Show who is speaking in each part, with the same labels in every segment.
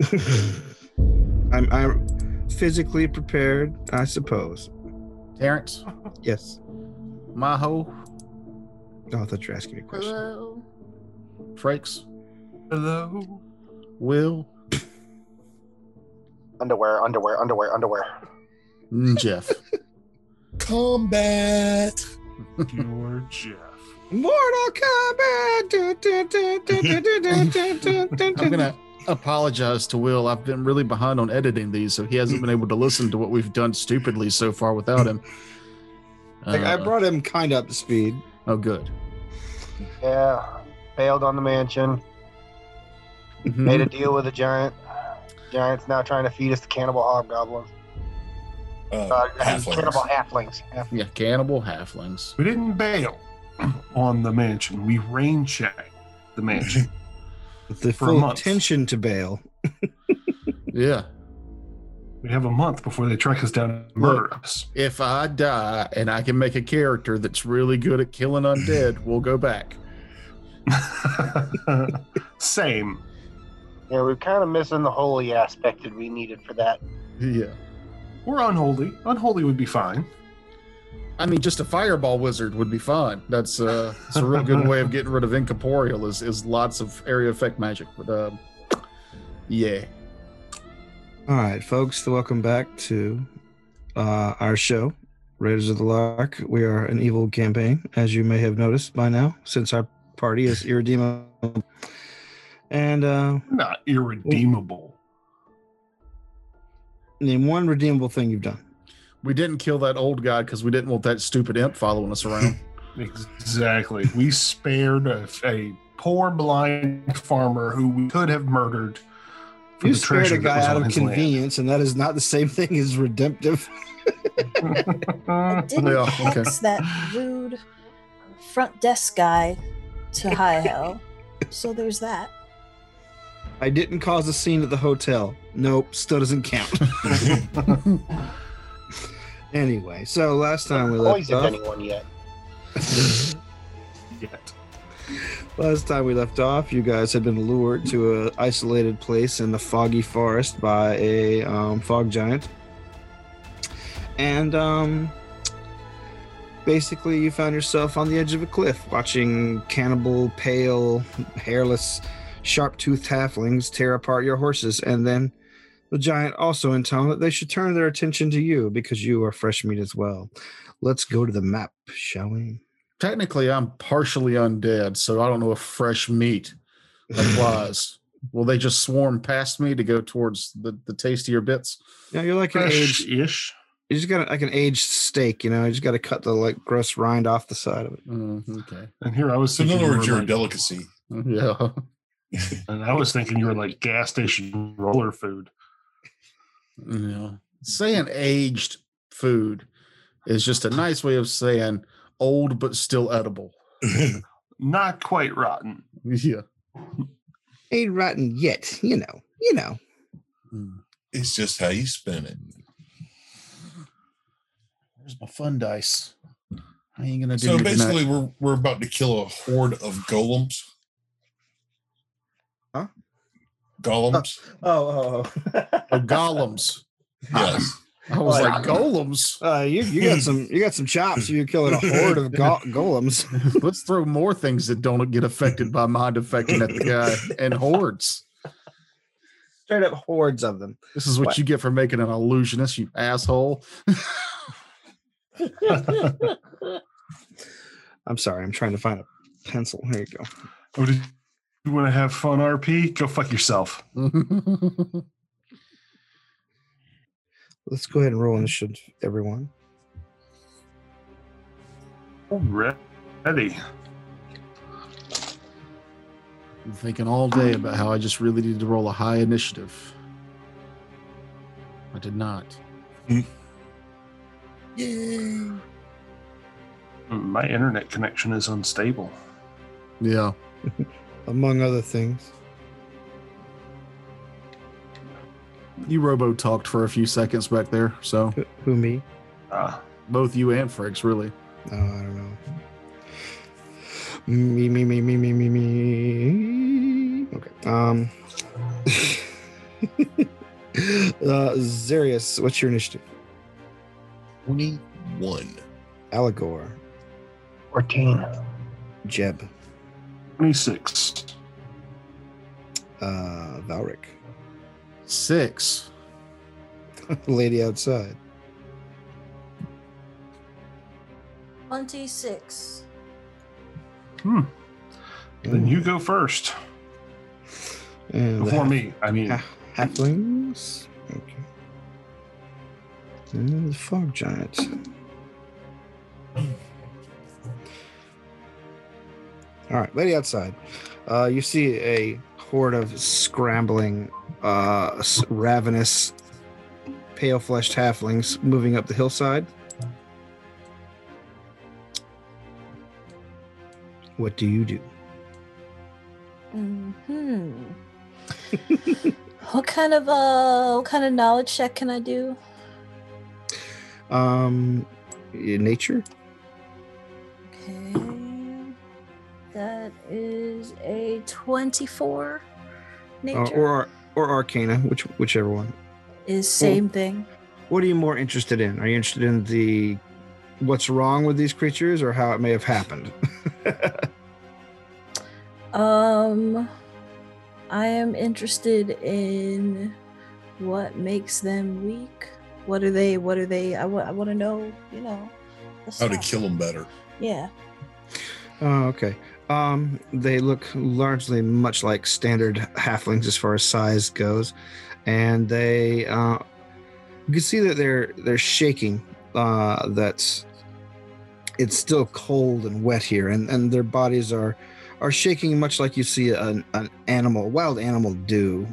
Speaker 1: I'm I'm physically prepared, I suppose.
Speaker 2: Terrence,
Speaker 1: Yes.
Speaker 2: Maho,
Speaker 1: Oh, I thought you were asking me a question.
Speaker 3: Hello.
Speaker 2: Frakes,
Speaker 4: Hello.
Speaker 2: Will,
Speaker 5: Underwear, underwear, underwear, underwear.
Speaker 2: and Jeff.
Speaker 6: Combat.
Speaker 4: You're Jeff.
Speaker 1: Mortal Kombat. Dun, dun, dun, dun, dun, dun, dun, dun, dun,
Speaker 2: I'm
Speaker 1: dun.
Speaker 2: gonna apologize to Will. I've been really behind on editing these, so he hasn't been able to listen to what we've done stupidly so far without him.
Speaker 1: Like, I
Speaker 2: Uh,
Speaker 1: brought him kind of up to speed.
Speaker 2: oh, good.
Speaker 5: Yeah. Bailed on the mansion.
Speaker 2: Mm-hmm.
Speaker 5: Made a deal with a giant. Giant's now trying to feed us the cannibal hobgoblins.
Speaker 6: Uh,
Speaker 5: Uh, cannibal halflings. Half-
Speaker 2: Yeah, cannibal halflings.
Speaker 4: We didn't bail on the mansion. We rain checked the mansion.
Speaker 1: With the
Speaker 4: For a
Speaker 1: full
Speaker 4: month.
Speaker 1: attention to bail.
Speaker 2: Yeah.
Speaker 4: we have a month before they track us down and murder us.
Speaker 2: If I die and I can make a character that's really good at killing undead, we'll go back.
Speaker 4: Same.
Speaker 5: Yeah, we're kind of missing the holy aspect that we needed for that.
Speaker 2: Yeah.
Speaker 4: Or unholy. Unholy would be fine.
Speaker 2: I mean, just a fireball wizard would be fine. That's uh, it's a real good way of getting rid of incorporeal. Is is lots of area effect magic, but um, yeah,
Speaker 1: All right, folks, welcome back to uh, our show, Raiders of the Lark. We are an evil campaign, as you may have noticed by now, since our party is irredeemable. And uh,
Speaker 4: Not irredeemable.
Speaker 1: name one redeemable thing you've done.
Speaker 2: we didn't kill that old guy because we didn't want that stupid imp following us around.
Speaker 4: Exactly. We spared a, a poor blind farmer who we could have murdered. for
Speaker 1: You
Speaker 4: the
Speaker 1: spared
Speaker 4: treasure
Speaker 1: a
Speaker 4: that
Speaker 1: guy
Speaker 4: was
Speaker 1: out
Speaker 4: on
Speaker 1: of
Speaker 4: his land.
Speaker 1: convenience, and that is not the same thing as redemptive.
Speaker 3: Didn't
Speaker 2: Yeah, okay.
Speaker 3: text that rude front desk guy to high hell. So there's that.
Speaker 1: I didn't cause a scene at the hotel. Nope, still doesn't count. anyway, so last time we left
Speaker 5: Poisoned
Speaker 1: off,
Speaker 5: anyone yet?
Speaker 4: Yet.
Speaker 1: Last time we left off, you guys had been lured to a isolated place in the foggy forest by a um, fog giant, and um, basically you found yourself on the edge of a cliff, watching cannibal, pale, hairless, sharp-toothed halflings tear apart your horses, and then the giant also in town that they should turn their attention to you because you are fresh meat as well. Let's go to the map, shall we?
Speaker 2: Technically, I'm partially undead, so I don't know if fresh meat applies. Will they just swarm past me to go towards the, the tastier bits?
Speaker 1: Yeah, you're like an aged
Speaker 4: Fresh ish.
Speaker 1: You just got to like an aged steak, you know. You just got to cut the like gross rind off the side of it.
Speaker 2: Mm, okay.
Speaker 4: And here I was
Speaker 6: So in
Speaker 4: thinking,
Speaker 6: other
Speaker 4: you
Speaker 6: words,
Speaker 4: were
Speaker 6: you're a
Speaker 4: like-
Speaker 6: delicacy.
Speaker 2: Yeah.
Speaker 4: and I was thinking you were like gas station roller food.
Speaker 2: Yeah. Saying aged food is just a nice way of saying old but still edible.
Speaker 4: Not quite rotten.
Speaker 2: Yeah.
Speaker 1: Ain't rotten yet, you know. You know.
Speaker 2: Mm.
Speaker 6: it's just how you spin it.
Speaker 2: Where's my fun dice? I ain't gonna do
Speaker 6: So
Speaker 2: you tonight.
Speaker 6: basically, we're we're about to kill a horde of golems.
Speaker 1: Huh?
Speaker 6: Golems.
Speaker 1: Oh, oh,
Speaker 2: Oh, golems.
Speaker 6: yes.
Speaker 2: I was
Speaker 1: Like-
Speaker 2: like golems.
Speaker 1: uh, you you got some you got some chops. You're killing a horde of go- golems.
Speaker 2: Let's throw more things that don't get affected by mind affecting at the guy and hordes.
Speaker 1: Straight up hordes of them.
Speaker 2: This is what,
Speaker 1: What?
Speaker 2: you get for making an illusionist, you asshole.
Speaker 4: Oh,
Speaker 1: I'm sorry. I'm trying to find a pencil. Here you go.
Speaker 4: Oh, did you want to have fun, RP? Go fuck yourself.
Speaker 1: Let's go ahead and roll initiative, everyone.
Speaker 4: Ready.
Speaker 2: I'm thinking all day about how I just really needed to roll a high initiative. I did not.
Speaker 6: Yay.
Speaker 4: My internet connection is unstable.
Speaker 2: Yeah.
Speaker 1: Among other things,
Speaker 2: You robo talked for a few seconds back there, so
Speaker 1: who, who me?
Speaker 4: Ah,
Speaker 2: both you and Frakes really.
Speaker 1: Oh, I don't know. Me, me, me, me, me, me, me. Okay. Um. uh, Zarius, what's your initiative?
Speaker 6: 21.
Speaker 1: Allegor,
Speaker 5: 14.
Speaker 1: Jeb,
Speaker 4: 26.
Speaker 1: uh, Valric,
Speaker 7: Six.
Speaker 1: lady outside.
Speaker 3: 26.
Speaker 4: Then you go first.
Speaker 1: And the
Speaker 4: Before
Speaker 1: half-
Speaker 4: me, I mean.
Speaker 1: ha- halflings. Okay. And the fog giant. All right, lady outside. Uh, you see a horde of scrambling, uh, s- ravenous, pale-fleshed halflings moving up the hillside. What do you do?
Speaker 3: Hmm. what kind of uh, what kind of knowledge check can I do?
Speaker 1: Um, y- nature.
Speaker 3: Okay, that is a twenty-four. Nature
Speaker 1: Uh, or Ar- or Arcana, which whichever one.
Speaker 3: is same thing.
Speaker 1: What are you more interested in? Are you interested in the what's wrong with these creatures or how it may have happened?
Speaker 3: Um, I am interested in what makes them weak. What are they? What are they? I want to know. You know, the
Speaker 6: How to
Speaker 3: stuff.
Speaker 6: kill them better.
Speaker 3: Yeah.
Speaker 1: oh, okay. Um, they look largely much like standard halflings as far as size goes, and they uh, you can see that they're they're shaking. Uh, that's it's still cold and wet here, and and their bodies are are shaking much like you see an, an animal, wild animal, do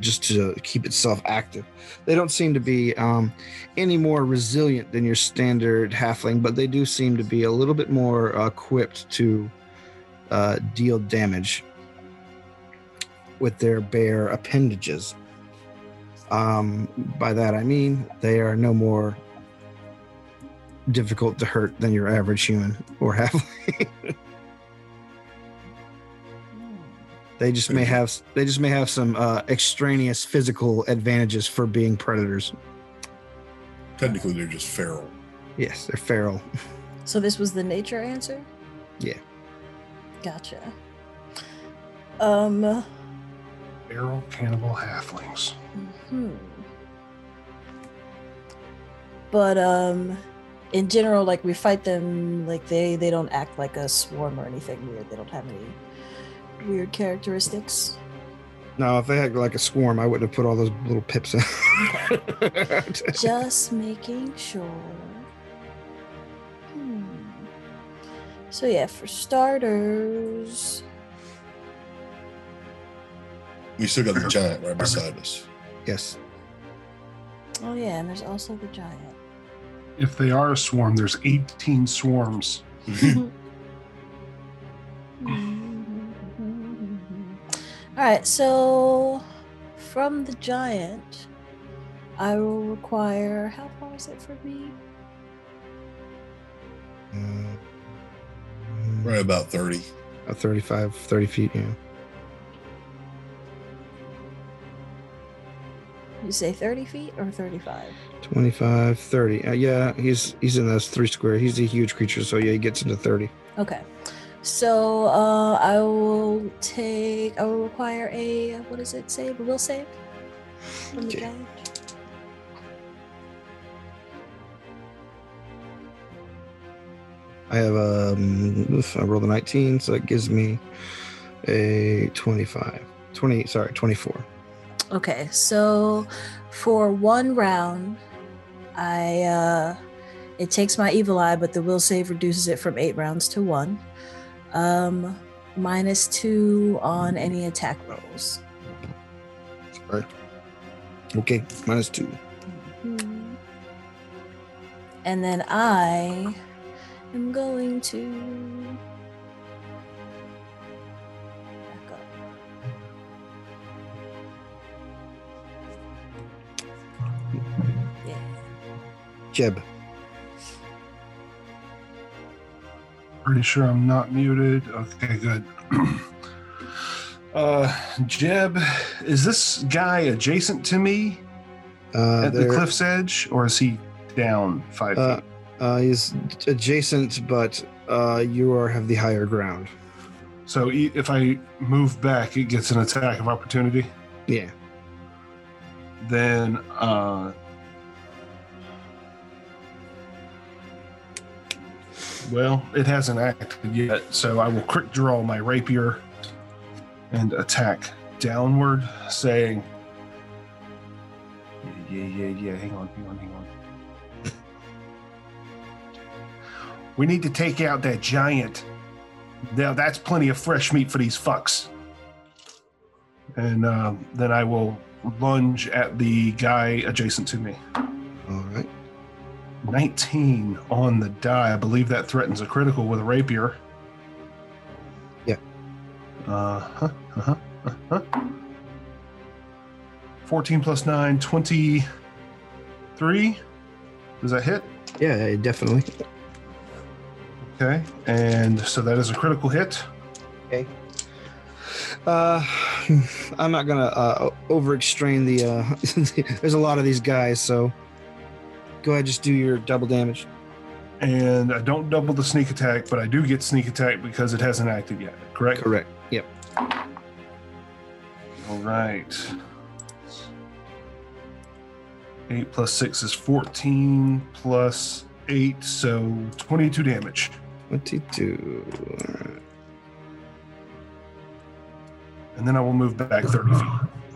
Speaker 1: just to keep itself active. They don't seem to be um, any more resilient than your standard halfling, but they do seem to be a little bit more uh, equipped to uh, deal damage with their bare appendages. Um, by that I mean they are no more difficult to hurt than your average human or halfling. They just may have they just may have some uh, extraneous physical advantages for being predators.
Speaker 6: Technically, they're just feral.
Speaker 1: Yes, they're feral.
Speaker 3: So this was the nature answer?
Speaker 1: Yeah.
Speaker 3: Gotcha. Um
Speaker 4: Feral cannibal halflings.
Speaker 3: hmm. But um in general like we fight them like they they don't act like a swarm or anything weird. They don't have any weird characteristics.
Speaker 1: No, if they had like a swarm, I wouldn't have put all those little pips in.
Speaker 3: Just making sure. Hmm. So yeah, for starters,
Speaker 6: We still got the giant right beside us.
Speaker 1: yes.
Speaker 3: oh yeah, and there's also the giant.
Speaker 4: If they are a swarm, there's 18 swarms.
Speaker 3: All right, so from the giant, I will require how far is it for me?
Speaker 1: Mm.
Speaker 6: right about 30.
Speaker 1: Uh, 35, 30 feet, yeah.
Speaker 3: You say 30 feet or 35?
Speaker 1: 25, 30. Uh, yeah, he's he's in those three square. He's a huge creature, so yeah, he gets into 30.
Speaker 3: Okay, so uh, I will take, I will require a, what does it save? A will save from the
Speaker 1: Okay.
Speaker 3: giant.
Speaker 1: I have um oof, I rolled a 19, so that gives me a 25. 20, sorry, 24.
Speaker 3: Okay, so for one round, I uh, it takes my evil eye, but the will save reduces it from eight rounds to one, um, minus two on any attack rolls.
Speaker 1: Sorry. Okay, minus two.
Speaker 3: And then I am going to back up. Yeah.
Speaker 1: Jeb.
Speaker 4: Pretty sure I'm not muted. Okay, good. Uh, Jeb, is this guy adjacent to me
Speaker 1: Uh,
Speaker 4: at the
Speaker 1: there-
Speaker 4: cliff's edge, or is he down five
Speaker 1: Uh,
Speaker 4: feet?
Speaker 1: uh, he's adjacent, but uh, you are have the higher ground.
Speaker 4: So e- if I move back, it gets an attack of opportunity.
Speaker 1: Yeah.
Speaker 4: Then, uh, well, it hasn't acted yet, so I will quick draw my rapier and attack downward, saying, "Yeah, yeah, yeah, yeah. Hang on, hang on, hang on. We need to take out that giant. Now that's plenty of fresh meat for these fucks." And uh, then I will lunge at the guy adjacent to me.
Speaker 1: All right.
Speaker 4: 19 on the die. I believe that threatens a critical with a rapier.
Speaker 1: Yeah.
Speaker 4: Uh huh. Uh huh. Uh-huh. 14 plus 9, 23. Does that hit?
Speaker 1: Yeah, yeah, definitely.
Speaker 4: Okay. And so that is a critical hit.
Speaker 1: Uh, I'm not gonna uh, over extrain the. Uh, there's a lot of these guys, so go ahead, just do your double damage.
Speaker 4: And I don't double the sneak attack, but I do get sneak attack because it hasn't acted yet, correct?
Speaker 1: Correct.
Speaker 4: All right. Eight plus six is 14 plus eight, so 22 damage.
Speaker 1: Twenty-two. All right.
Speaker 4: And then I will move back 30 feet.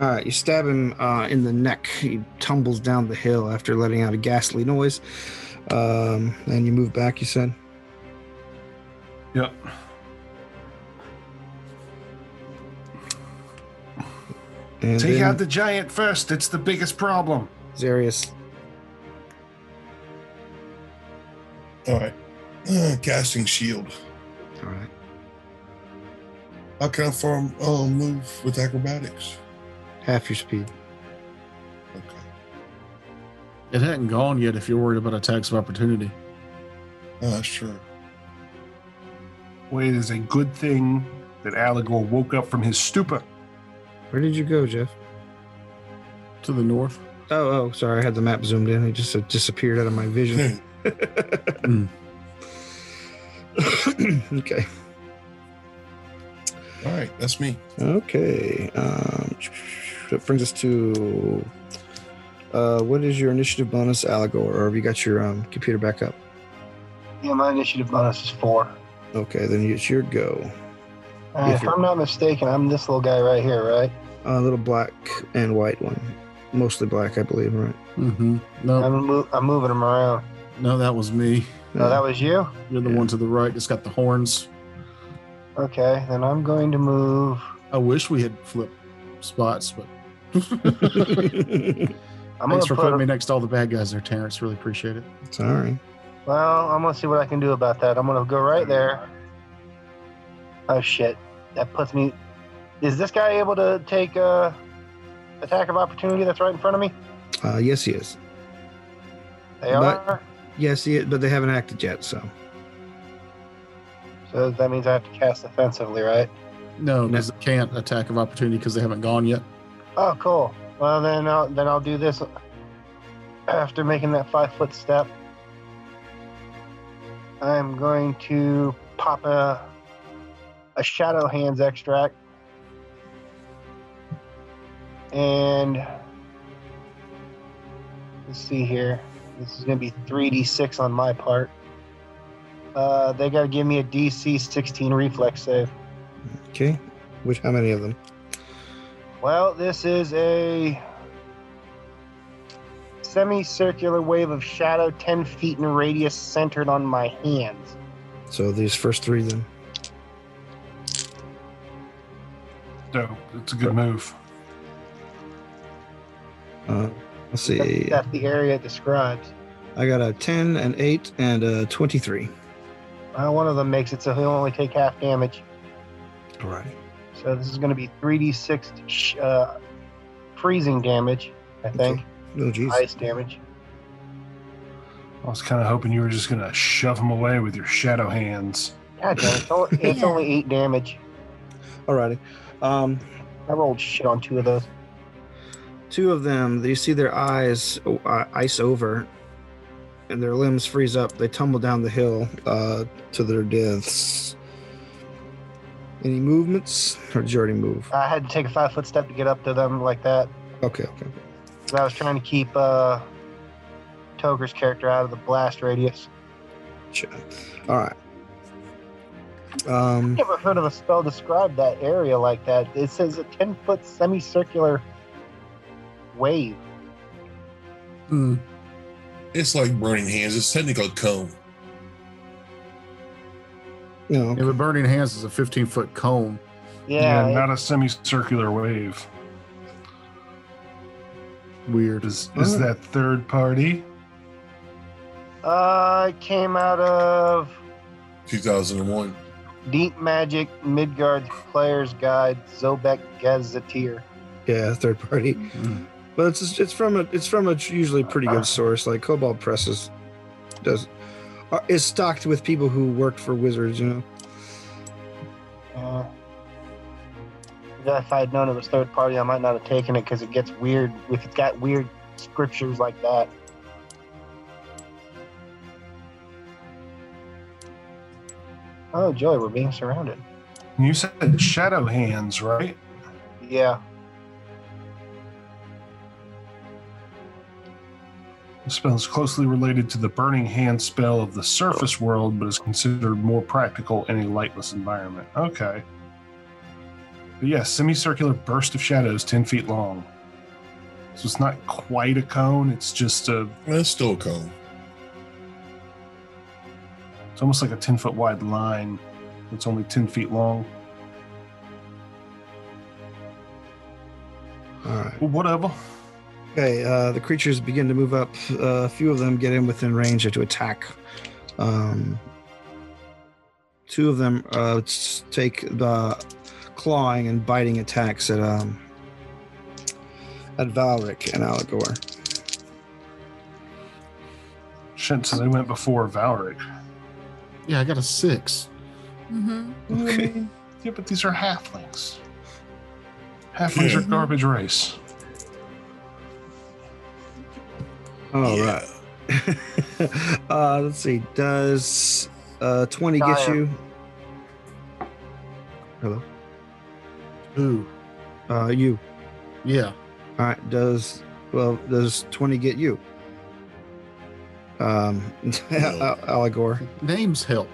Speaker 1: All right, you stab him uh, in the neck. He tumbles down the hill after letting out a ghastly noise. Um, and you move back, you said?
Speaker 4: Yep.
Speaker 1: And
Speaker 4: Take
Speaker 1: then
Speaker 4: out the giant first. It's the biggest problem.
Speaker 1: Zarius.
Speaker 6: All right. Uh, casting shield.
Speaker 1: All right.
Speaker 6: How can I farm uh, move with acrobatics?
Speaker 1: Half your speed.
Speaker 6: Okay.
Speaker 7: It hadn't gone yet if you're worried about attacks of opportunity.
Speaker 6: Uh, sure.
Speaker 4: Well, it is a good thing that Allegor woke up from his stupor.
Speaker 1: Where did you go, Jeff?
Speaker 7: To the north.
Speaker 1: Oh, oh, sorry. I had the map zoomed in. It just uh, disappeared out of my vision.
Speaker 6: Hey,
Speaker 1: Hmm. okay.
Speaker 6: all right, that's me.
Speaker 1: Okay. Um, that brings us to. Uh, what is your initiative bonus, Allegor? Or have you got your um, computer back up?
Speaker 5: Yeah, my initiative bonus is four.
Speaker 1: Okay, then it's your go.
Speaker 5: And
Speaker 1: If
Speaker 5: if
Speaker 1: you're-
Speaker 5: I'm not mistaken, I'm this little guy right here, right?
Speaker 1: A Uh, little black and white one. Mostly black, I believe, right?
Speaker 7: Mm-hmm. No,
Speaker 5: I'm, mo- I'm moving him around.
Speaker 7: no, that was me.
Speaker 5: No, that was you?
Speaker 7: You're the
Speaker 1: Yeah.
Speaker 7: one to the right. It's got the horns.
Speaker 5: Okay, then I'm going to move.
Speaker 7: I wish we had flipped spots, but
Speaker 5: I'm
Speaker 7: thanks for
Speaker 5: going to
Speaker 7: putting
Speaker 5: put
Speaker 7: me
Speaker 5: him.
Speaker 7: next to all the bad guys there, Terrence. Really appreciate it.
Speaker 1: Sorry.
Speaker 5: Well, I'm going to see what I can do about that. I'm going to go right there. Oh, shit. That puts me. Is this guy able to take uh, attack of opportunity that's right in front of me?
Speaker 1: Uh, yes, he is.
Speaker 5: They
Speaker 1: But-
Speaker 5: are.
Speaker 1: Yes, he is, but they haven't acted yet, so.
Speaker 5: So that means I have to cast offensively, right?
Speaker 7: No, because they can't attack of opportunity because they haven't gone yet.
Speaker 5: Oh, cool. Well, then I'll, then I'll do this after making that five foot step. I'm going to pop a, a shadow hands extract. And let's see here. This is going to be 3d6 on my part. Uh, they got to give me a DC 16 reflex save.
Speaker 1: Okay. Which, how many of them?
Speaker 5: Well, this is a semicircular wave of shadow 10 feet in radius centered on my hands.
Speaker 1: So these first three, then.
Speaker 4: So it's a good move.
Speaker 1: Uh, let's
Speaker 5: That's,
Speaker 1: see.
Speaker 5: that's the area it describes.
Speaker 1: I got a 10, an 8, and a 23.
Speaker 5: Uh, one of them makes it so he'll only take half damage.
Speaker 1: All right.
Speaker 5: So this is going to be 3d6 sh- uh, freezing damage, I think.
Speaker 1: Oh, geez.
Speaker 5: Ice damage.
Speaker 4: I was kind of hoping you were just going to shove him away with your shadow hands.
Speaker 5: God damn, it's only, it's
Speaker 3: Yeah.
Speaker 5: only 8 damage.
Speaker 1: Alrighty. Um,
Speaker 5: I rolled shit on two of those.
Speaker 1: two of them you see their eyes uh, ice over and their limbs freeze up they tumble down the hill uh, to their deaths any movements or did you already move
Speaker 5: I had to take a five foot step to get up to them like that.
Speaker 1: okay okay okay.
Speaker 5: 'cause I was trying to keep uh, Toger's character out of the blast radius.
Speaker 1: Sure. all right um
Speaker 5: Never heard of a spell describe that area like that. It says a ten foot semicircular wave.
Speaker 2: Hmm.
Speaker 6: It's like burning hands. It's technically a cone.
Speaker 1: no
Speaker 2: Yeah, but Burning Hands is a 15 foot cone.
Speaker 5: Yeah,
Speaker 4: not a semicircular wave.
Speaker 2: Weird.
Speaker 4: Is is
Speaker 1: Oh.
Speaker 4: that third party?
Speaker 5: Uh, it came out of
Speaker 6: 2001.
Speaker 5: Deep Magic Midgard's Player's Guide Zobek Gazetteer.
Speaker 1: yeah third party
Speaker 2: Mm.
Speaker 1: but it's it's from a it's from a usually pretty good source like cobalt presses does uh, is stocked with people who worked for wizards you know
Speaker 5: Uh, if I had known it was third party, I might not have taken it because it gets weird. If it's got weird scriptures like that, oh joy, we're being surrounded.
Speaker 4: You said shadow hands, right?
Speaker 5: Yeah,
Speaker 4: The spell is closely related to the burning hand spell of the surface world, but is considered more practical in a lightless environment. Okay. But yeah, semicircular burst of shadows 10 feet long. So it's not quite a cone, it's just a
Speaker 6: Well, it's still a cone.
Speaker 4: it's almost like a 10 foot wide line. It's only 10 feet long.
Speaker 1: all right
Speaker 4: Whatever.
Speaker 1: Okay, uh, the creatures begin to move up. Uh, a few of them get in within range to attack. Um, two of them uh, s- take the clawing and biting attacks at um, at Valric and Alagor.
Speaker 4: Shit, so they went before Valric.
Speaker 2: Yeah, I got a six.
Speaker 3: Mm-hmm.
Speaker 1: Okay.
Speaker 4: Yeah, but these are halflings. Halflings
Speaker 6: Yeah.
Speaker 4: are garbage race.
Speaker 1: All
Speaker 6: Yeah.
Speaker 1: right. uh, let's see. Does uh, twenty get
Speaker 5: Dire.
Speaker 1: you?
Speaker 2: Ooh.
Speaker 1: Uh, you.
Speaker 2: Yeah.
Speaker 1: All right. Does well? Does twenty get you? Um, Al- Alagor.
Speaker 2: Names help.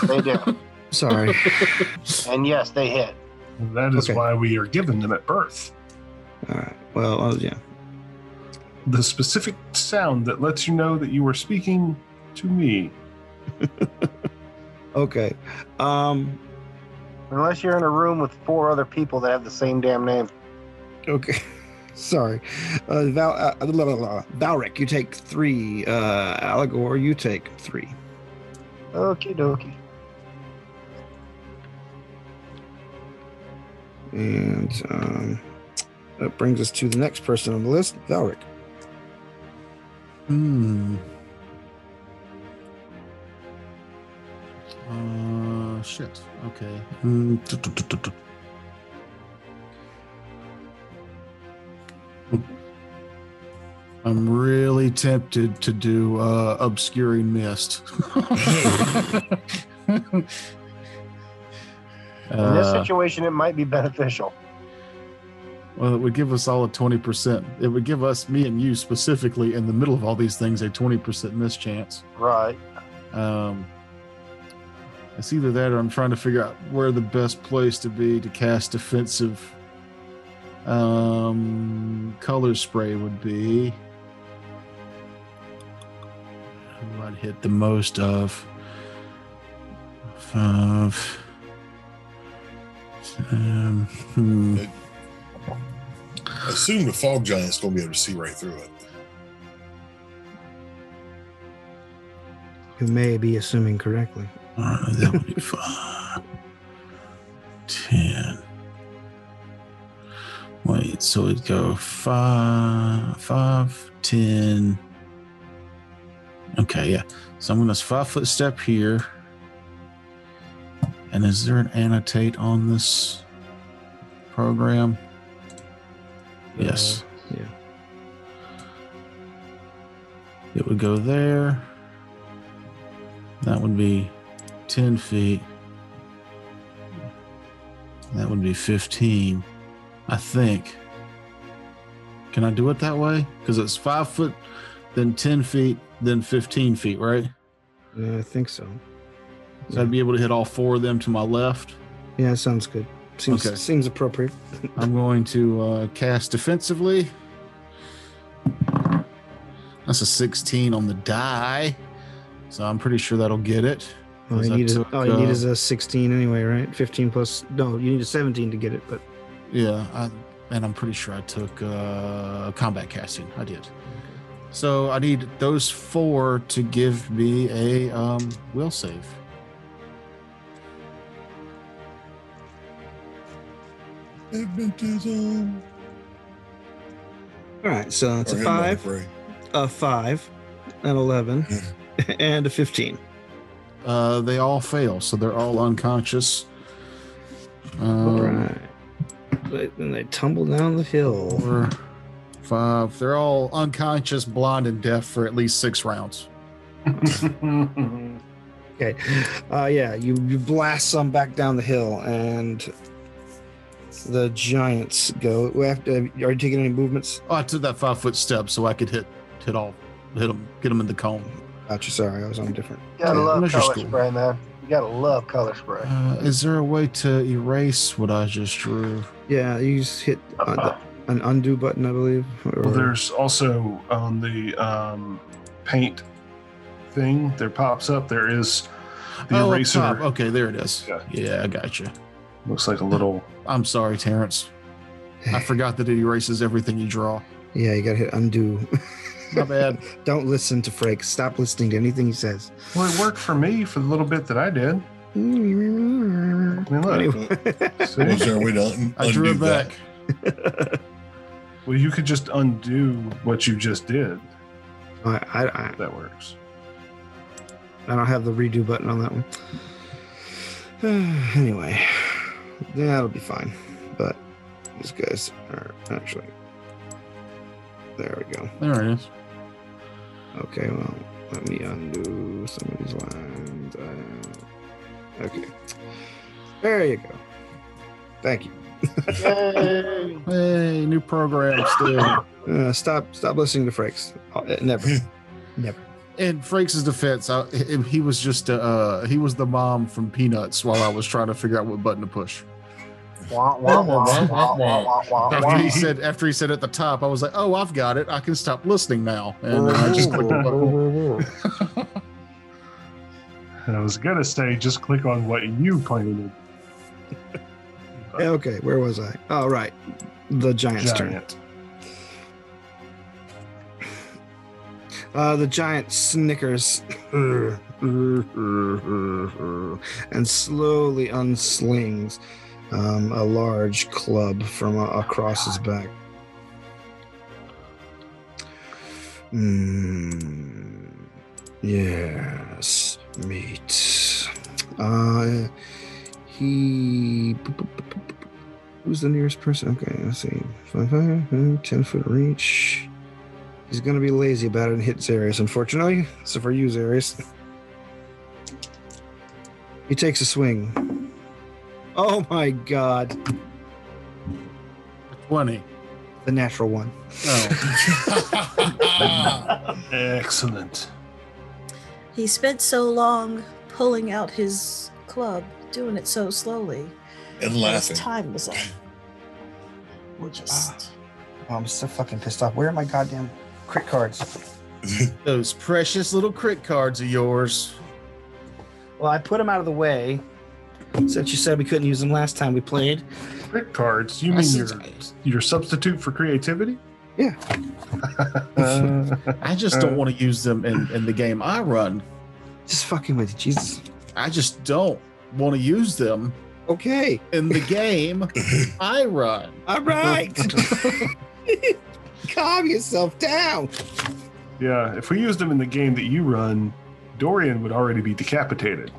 Speaker 5: they do,
Speaker 1: Sorry.
Speaker 5: and yes, they hit.
Speaker 4: That is
Speaker 1: Okay.
Speaker 4: why we are given them at birth.
Speaker 1: All right. Well, uh, yeah.
Speaker 4: the specific sound that lets you know that you are speaking to me.
Speaker 1: Okay. Um.
Speaker 5: Unless you're in a room with four other people that have the same damn name.
Speaker 1: Okay. Sorry. Uh, Val. Uh, la, la, la. Valric, you take three. Uh, Alagor, you take three.
Speaker 5: Okie dokie.
Speaker 1: And um, that brings us to the next person on the list, Valric.
Speaker 2: Hmm. Uh, shit. Okay. Hmm. I'm really tempted to do uh, obscuring mist.
Speaker 5: In this
Speaker 2: Uh,
Speaker 5: situation, it might be beneficial.
Speaker 2: Well, it would give us all a 20%. It would give us, me and you specifically, in the middle of all these things, a 20% mischance.
Speaker 5: Right.
Speaker 2: Um, it's either that or I'm trying to figure out where the best place to be to cast defensive um, color spray would be. Who I'd hit the most of. Five. Um, hmm.
Speaker 6: Assume the fog giant's going to be able to see right through it.
Speaker 1: You may be assuming correctly.
Speaker 2: Uh, that would be five, ten. Wait, so it'd go five, five, ten. Okay, yeah. So I'm gonna s- five foot step here, And is there an annotate on this program? Yes.
Speaker 1: Uh, yeah.
Speaker 2: It would go there. That would be 10 feet. That would be 15, I think. Can I do it that way? Because it's five foot, then 10 feet, then 15 feet, right?
Speaker 1: Yeah, I think so.
Speaker 2: So I'd be able to hit all four of them to my left.
Speaker 1: Yeah, sounds good. Seems
Speaker 2: Okay.
Speaker 1: seems appropriate.
Speaker 2: I'm going to uh, cast defensively. That's a 16 on the die. So I'm pretty sure that'll get it.
Speaker 1: All you,
Speaker 2: I
Speaker 1: need is,
Speaker 2: took,
Speaker 1: all you need
Speaker 2: uh,
Speaker 1: is a 16 anyway, right? 15 plus. No, you need a 17 to get it, but
Speaker 2: Yeah, I, and I'm pretty sure I took uh, combat casting. I did. So I need those four to give me a um, will save.
Speaker 6: Hypnotism.
Speaker 1: all right. So it's
Speaker 6: Or
Speaker 1: a
Speaker 6: him,
Speaker 1: five,
Speaker 6: I'm afraid.
Speaker 1: a five, an 11, and a 15.
Speaker 2: Uh, they all fail, so they're all unconscious. Um,
Speaker 1: all right. They- Then they tumble down the hill.
Speaker 2: Four, five. They're all unconscious, blind, and deaf for at least six rounds. mm-hmm.
Speaker 1: Okay. Uh, yeah, you, you blast some back down the hill, and the giants go. We have to, are you taking any movements?
Speaker 2: Oh, I took that five foot step so I could hit hit all hit them get them in the cone.
Speaker 1: Gotcha. Sorry, I was on a different.
Speaker 5: gotta
Speaker 2: Yeah,
Speaker 5: love
Speaker 2: measure
Speaker 5: color
Speaker 2: school.
Speaker 5: spray, man. You gotta love color spray.
Speaker 2: Uh, is there a way to erase what I just drew?
Speaker 1: Yeah, you just hit uh, the- an undo button, I believe. Or,
Speaker 4: Well, there's also on the um, paint thing that pops up. There is the
Speaker 2: Oh, up
Speaker 4: eraser.
Speaker 2: top. Okay, there it is.
Speaker 4: Yeah.
Speaker 2: Yeah, I gotcha.
Speaker 4: Looks like a little.
Speaker 2: I'm sorry, Terrence. I forgot that it erases everything you draw.
Speaker 1: yeah, you gotta hit undo.
Speaker 2: My bad.
Speaker 1: Don't listen to Frank. Stop listening to anything he says.
Speaker 4: Well, it worked for me for the little bit that I did.
Speaker 1: Anyway.
Speaker 4: I mean, look.
Speaker 6: Was
Speaker 4: see?
Speaker 6: there a way to un-
Speaker 2: I drew
Speaker 6: undo
Speaker 2: it
Speaker 6: that?
Speaker 2: back.
Speaker 4: well, you could just undo what you just did.
Speaker 1: I, I, I-
Speaker 4: If that works.
Speaker 1: I don't have the redo button on that one. anyway, that'll be fine. But these guys are actually. There we go.
Speaker 2: There it is.
Speaker 1: Okay, well, let me undo some of these lines. Uh, okay. There you go. Thank you.
Speaker 5: Yay!
Speaker 2: Hey, new program still.
Speaker 1: Uh, stop stop listening to Frakes. Uh, Never.
Speaker 2: In Frank's defense, I, he he was just uh, he was the mom from Peanuts while I was trying to figure out what button to push.
Speaker 5: Wah, wah, wah, wah, wah, wah, wah,
Speaker 4: Oh,
Speaker 2: After he
Speaker 5: wah.
Speaker 2: said after he said at the top, I was like, "Oh, I've got it. I can stop listening now." And then I just clicked the button.
Speaker 4: And I was gonna say, just click on what you painted.
Speaker 1: okay, where was I? Oh, right. The Giants' turn.
Speaker 4: Giant.
Speaker 1: Uh, the Giant snickers and slowly unslings um, a large club from uh, across his back. Mm, yes, meat. Uh, he. Who's the nearest person? Okay, let's see. Five, five, five, 10 foot reach. He's going to be lazy about it and hit Zarius, unfortunately. So for you, Zarius. He takes a swing. Oh my god.
Speaker 2: Twenty.
Speaker 1: The natural one.
Speaker 2: Oh,
Speaker 4: Excellent.
Speaker 3: He spent so long pulling out his club, doing it so slowly.
Speaker 6: and
Speaker 3: that
Speaker 6: laughing.
Speaker 3: His time was up. We'll just.
Speaker 1: Oh, I'm so fucking pissed off. Where are my goddamn crit cards?
Speaker 2: those precious little crit cards of yours.
Speaker 1: Well, I put them out of the way since you said we couldn't use them last time we played.
Speaker 4: Crit cards. You
Speaker 2: I
Speaker 4: mean your
Speaker 2: said-
Speaker 4: your substitute for creativity?
Speaker 1: Yeah.
Speaker 4: Uh,
Speaker 2: I just don't want to use them in, in the game I run.
Speaker 1: Just fucking with you, Jesus.
Speaker 2: I just don't want to use them
Speaker 1: Okay.
Speaker 2: in the game I run.
Speaker 1: All right. Calm yourself down.
Speaker 4: yeah. If we used them in the game that you run, Dorian would already be decapitated.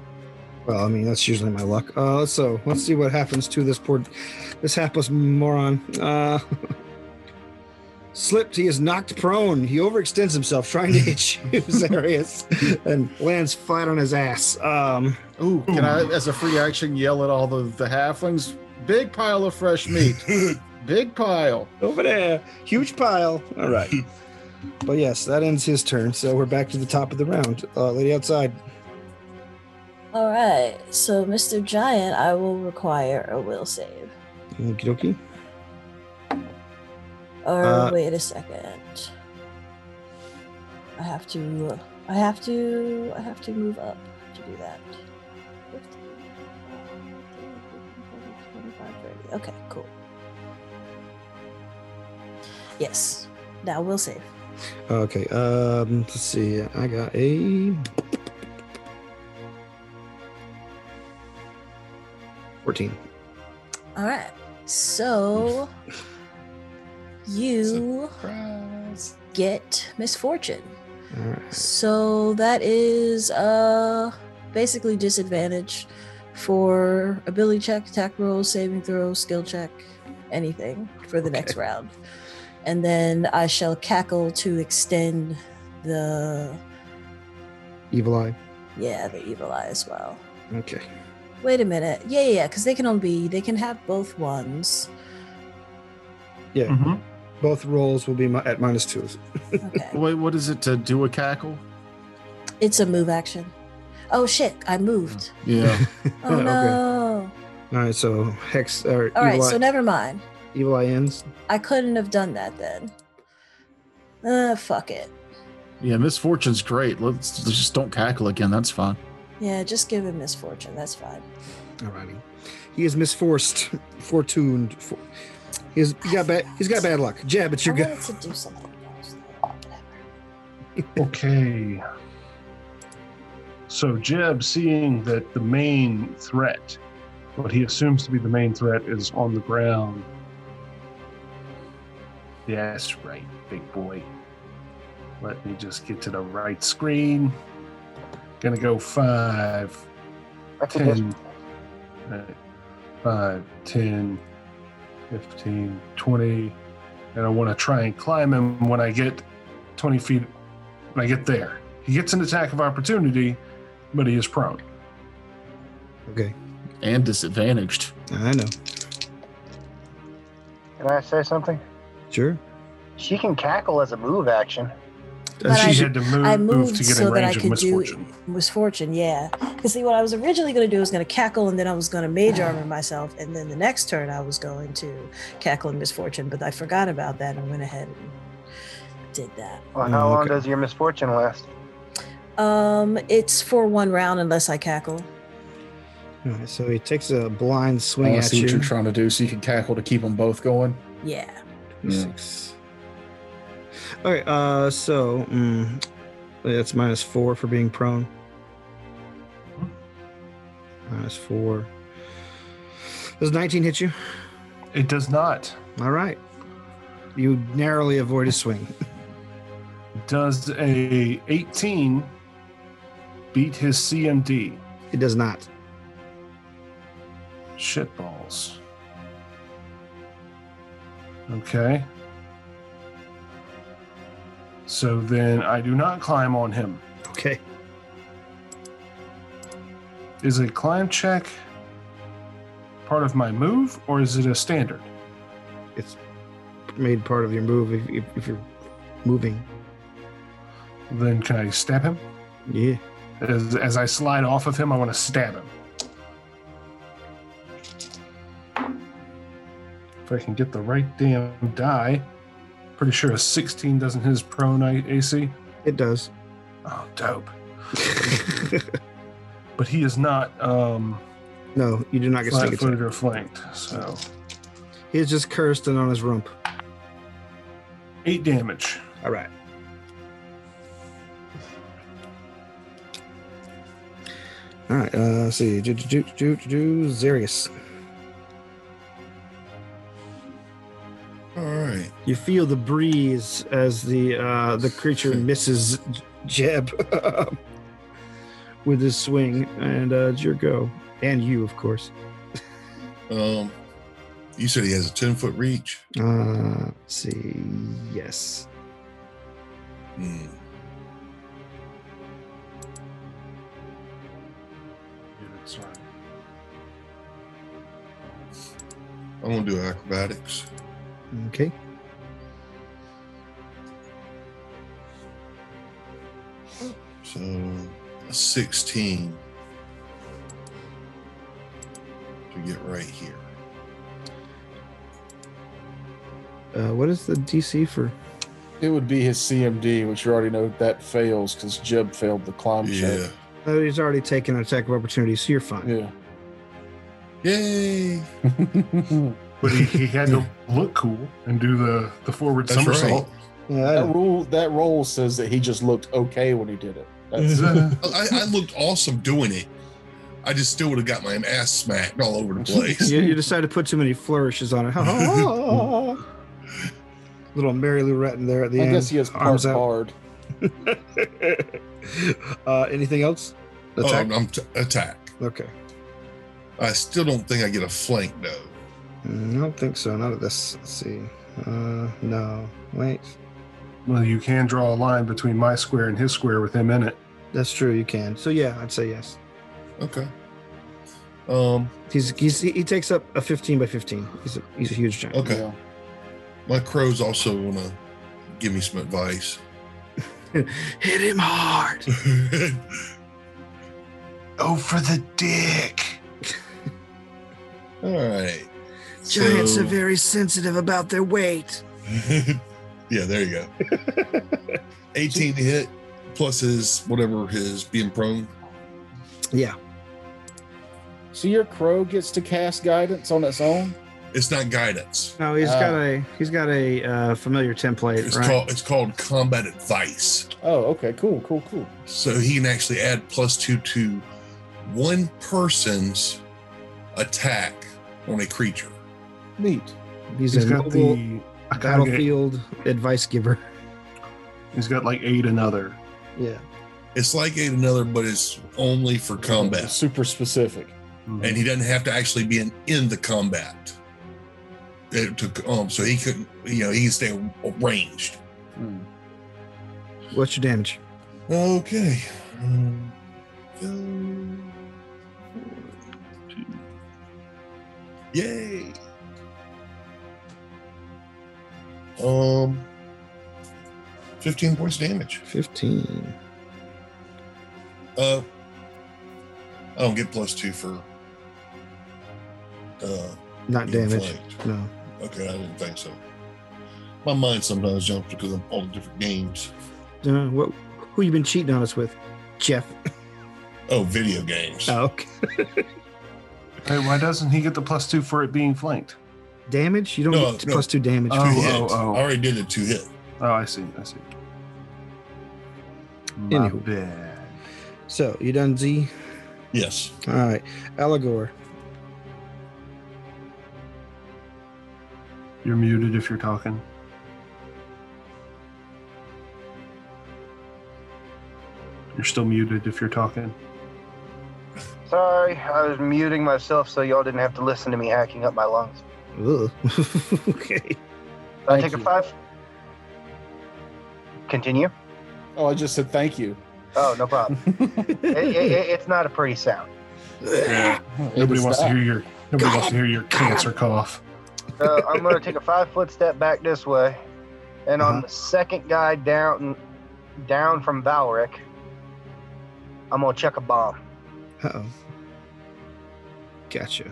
Speaker 1: Well, I mean that's usually my luck. Uh, so let's see what happens to this poor, this hapless moron. Uh, slipped, he is knocked prone. He overextends himself trying to hit you, Zarius, and lands flat on his ass. Um,
Speaker 7: Ooh, can I, as a free action, yell at all the, the halflings? Big pile of fresh meat. Big pile.
Speaker 1: over there, huge pile. All right. But yes, that ends his turn. So we're back to the top of the round. Uh, lady outside.
Speaker 3: All right. So, Mr. Giant, I will require a will save.
Speaker 1: Okie dokie.
Speaker 3: Or
Speaker 1: Uh,
Speaker 3: wait a second. I have to. I have to. I have to move up to do that. 15, 25, 30. Okay, cool. Yes. Now we'll save.
Speaker 1: Okay. Um, let's see. I got a 14.
Speaker 3: All right. So you get misfortune.
Speaker 1: All right.
Speaker 3: So that is uh basically disadvantage for ability check, attack roll, saving throw, skill check, anything for the next round. And then I shall cackle to extend the
Speaker 1: Evil eye.
Speaker 3: yeah, the evil eye as well.
Speaker 1: Okay.
Speaker 3: Wait a minute. Yeah, yeah, yeah, because they can only be they can have both ones.
Speaker 4: Mhm.
Speaker 1: Both rolls will be mi- at minus two.
Speaker 3: Okay.
Speaker 7: Wait, what is it to do a cackle?
Speaker 3: it's a move action. Oh shit, I moved.
Speaker 7: Yeah.
Speaker 1: Oh,
Speaker 3: Oh
Speaker 1: okay.
Speaker 3: no.
Speaker 1: All right. So hex or
Speaker 3: All right,
Speaker 1: evil,
Speaker 3: so
Speaker 1: eye,
Speaker 3: never mind.
Speaker 1: evil eye ends.
Speaker 3: I couldn't have done that then. Uh, fuck it.
Speaker 7: Yeah, misfortune's great. Let's, let's just don't cackle again. That's fine.
Speaker 3: Yeah, just give him misfortune. That's fine.
Speaker 1: Alrighty. He is misforced, fortuned. For, he's he got bad. He's got bad luck. Jab at
Speaker 3: I
Speaker 1: your gun.
Speaker 3: wanted to do something else. though. Whatever.
Speaker 4: Okay. So Jeb, seeing that the main threat, what he assumes to be the main threat, is on the ground. That's right, big boy. Let me just get to the right screen. Gonna go five,
Speaker 5: I could just
Speaker 4: 10, uh, 5, 10, 15, 20. And I want to try and climb him when I get 20 feet, when I get there. He gets an attack of opportunity, but he is prone.
Speaker 1: Okay.
Speaker 7: And disadvantaged.
Speaker 1: I know.
Speaker 5: can I say something?
Speaker 1: Sure.
Speaker 5: She can cackle as a move action.
Speaker 3: But I-
Speaker 4: she had to move,
Speaker 3: I
Speaker 4: move
Speaker 3: moved
Speaker 4: to get
Speaker 3: so
Speaker 4: in
Speaker 3: that I
Speaker 4: range of
Speaker 3: could
Speaker 4: misfortune.
Speaker 3: do misfortune. Yeah, because see, what I was originally going to do was going to cackle, and then I was going to mage armor myself, and then the next turn I was going to cackle and misfortune. But I forgot about that and went ahead and did that.
Speaker 5: Well,
Speaker 1: Oh,
Speaker 5: how long
Speaker 1: okay.
Speaker 5: does your misfortune last?
Speaker 3: Um, it's for one round unless I cackle.
Speaker 1: All right. So he takes a blind swing
Speaker 7: Oh, I
Speaker 1: at
Speaker 7: see
Speaker 1: you.
Speaker 7: what you're trying to do so you can cackle to keep them both going.
Speaker 3: Yeah.
Speaker 7: Yeah.
Speaker 1: Six. All right. Uh, so mm, that's minus four for being prone. Minus four. Does 19 hit you?
Speaker 4: It does not.
Speaker 1: All right. You narrowly avoid a swing.
Speaker 4: Does a 18 beat his CMD?
Speaker 1: It does not.
Speaker 4: Shitballs. Okay. So then I do not climb on him.
Speaker 1: Okay.
Speaker 4: Is a climb check part of my move or is it a standard?
Speaker 1: It's made part of your move if, if, if you're moving.
Speaker 4: Then can I stab him?
Speaker 1: Yeah.
Speaker 4: As, as I slide off of him, I want to stab him. If I can get the right damn die, pretty sure a 16 doesn't hit his prone I- AC.
Speaker 1: It does.
Speaker 4: Oh, dope. But he is not um,
Speaker 1: no, you do not get sneak
Speaker 4: flat
Speaker 1: attack.
Speaker 4: footed or flanked. So
Speaker 1: He is just cursed and on his rump.
Speaker 4: eight damage.
Speaker 1: All right. All right. Uh, let's see. Do, do, do, do, do, do. Zarius.
Speaker 6: All right.
Speaker 1: You feel the breeze as the uh, the creature misses Jeb. with his swing, and uh, it's your go, and you, of course.
Speaker 6: Um, you said he has a ten foot reach.
Speaker 1: Uh, let's see, yes,
Speaker 6: Hmm.
Speaker 7: That's right.
Speaker 6: I'm gonna do acrobatics.
Speaker 1: okay.
Speaker 6: So a sixteen to get right here.
Speaker 1: Uh, what is the DC for?
Speaker 2: It would be his CMD, which you already know that fails because Jeb failed the climb
Speaker 6: yeah.
Speaker 2: check.
Speaker 1: Oh, he's already taken an attack of opportunity, so you're fine.
Speaker 2: Yeah.
Speaker 6: Yay!
Speaker 4: But he, he had to look cool and do the, the forward
Speaker 6: That's
Speaker 4: somersault.
Speaker 6: right.
Speaker 1: Yeah, I
Speaker 2: that
Speaker 1: know.
Speaker 2: rule that role says that he just looked okay when he did it. That's
Speaker 6: I, I looked awesome doing it. I just still would have got my ass smacked all over the place.
Speaker 1: you, you decided to put too many flourishes on it. Little Mary Lou Retton there at the
Speaker 2: I
Speaker 1: end.
Speaker 2: guess he has part
Speaker 1: arms out.
Speaker 2: hard.
Speaker 1: uh, anything else?
Speaker 6: Oh,
Speaker 1: Attack?
Speaker 6: I'm, t- attack.
Speaker 1: Okay.
Speaker 6: I still don't think I get a flank though.
Speaker 1: Mm, I don't think so. Not at this. Let's see. Uh, no. Wait.
Speaker 4: Well, you can draw a line between my square and his square with him in it.
Speaker 1: That's true. You can. So yeah, I'd say yes.
Speaker 6: Okay. Um.
Speaker 1: He's, he's he he takes up a 15 by 15. He's a, he's a huge giant.
Speaker 6: Okay.
Speaker 2: Yeah.
Speaker 6: My crow's also gonna give me some advice.
Speaker 1: Hit him hard.
Speaker 4: Oh, for the dick.
Speaker 6: all right.
Speaker 1: Giants
Speaker 6: So-
Speaker 1: are very sensitive about their weight.
Speaker 6: yeah, there you go. 18 to hit plus his whatever his being prone.
Speaker 1: Yeah.
Speaker 2: So your crow gets to cast guidance on its own.
Speaker 6: It's not guidance.
Speaker 1: No, he's
Speaker 2: Ah.
Speaker 1: got a he's got a uh, familiar template.
Speaker 6: It's
Speaker 1: right?
Speaker 6: Uh, called it's called combat advice.
Speaker 2: Oh, okay, cool, cool, cool.
Speaker 6: So he can actually add plus two to one person's attack on a creature.
Speaker 2: Neat.
Speaker 1: he's,
Speaker 4: He's
Speaker 1: a
Speaker 4: got
Speaker 1: mobile
Speaker 4: the
Speaker 1: battlefield advice giver.
Speaker 4: He's got like eight another.
Speaker 1: Yeah.
Speaker 6: It's like eight another, but it's only for combat.
Speaker 2: Super specific.
Speaker 4: Hmm.
Speaker 6: and he doesn't have to actually be in, in the combat. It took um, so he could you know he can stay ranged.
Speaker 2: Hmm.
Speaker 1: What's your damage?
Speaker 6: Okay. Um, go. One, two. Yay. Um, fifteen points of damage.
Speaker 1: 15.
Speaker 6: Uh, I don't get plus two for. Uh,
Speaker 1: Not
Speaker 6: being
Speaker 1: damage.
Speaker 6: flanked.
Speaker 1: No.
Speaker 6: Okay, I didn't think so. My mind sometimes jumps because of all the different games.
Speaker 1: Uh, what? Who you been cheating on us with, Jeff?
Speaker 6: Oh, video games.
Speaker 1: Oh, okay.
Speaker 4: Hey, why doesn't he get the plus two for it being flanked?
Speaker 1: Damage? You don't
Speaker 6: No,
Speaker 1: get t-
Speaker 6: no.
Speaker 1: plus two damage.
Speaker 4: Oh,
Speaker 6: Two
Speaker 4: oh,
Speaker 6: hits.
Speaker 4: oh.
Speaker 6: I already did a two hit.
Speaker 4: Oh, I see. I see. My
Speaker 1: Anywho.
Speaker 4: bad.
Speaker 1: oh. So you done Z?
Speaker 6: Yes.
Speaker 1: All right, Allegor.
Speaker 4: You're muted if you're talking. You're still muted if you're talking.
Speaker 5: Sorry, I was muting myself so y'all didn't have to listen to me hacking up my lungs.
Speaker 1: Ugh. okay.
Speaker 5: I
Speaker 2: Thank
Speaker 5: take
Speaker 2: you.
Speaker 5: a five. Continue.
Speaker 2: Oh, I just said thank you.
Speaker 5: Oh, no problem. it, it, it- it's not a pretty sound.
Speaker 4: Nobody
Speaker 2: It's
Speaker 4: wants
Speaker 2: not.
Speaker 4: to hear your nobody wants to hear your cancer cough.
Speaker 5: So I'm going to take a five foot step back this way, and on
Speaker 1: Uh-huh.
Speaker 5: the second guy down, down from Valric, I'm going to check a bomb.
Speaker 1: Uh oh. Gotcha.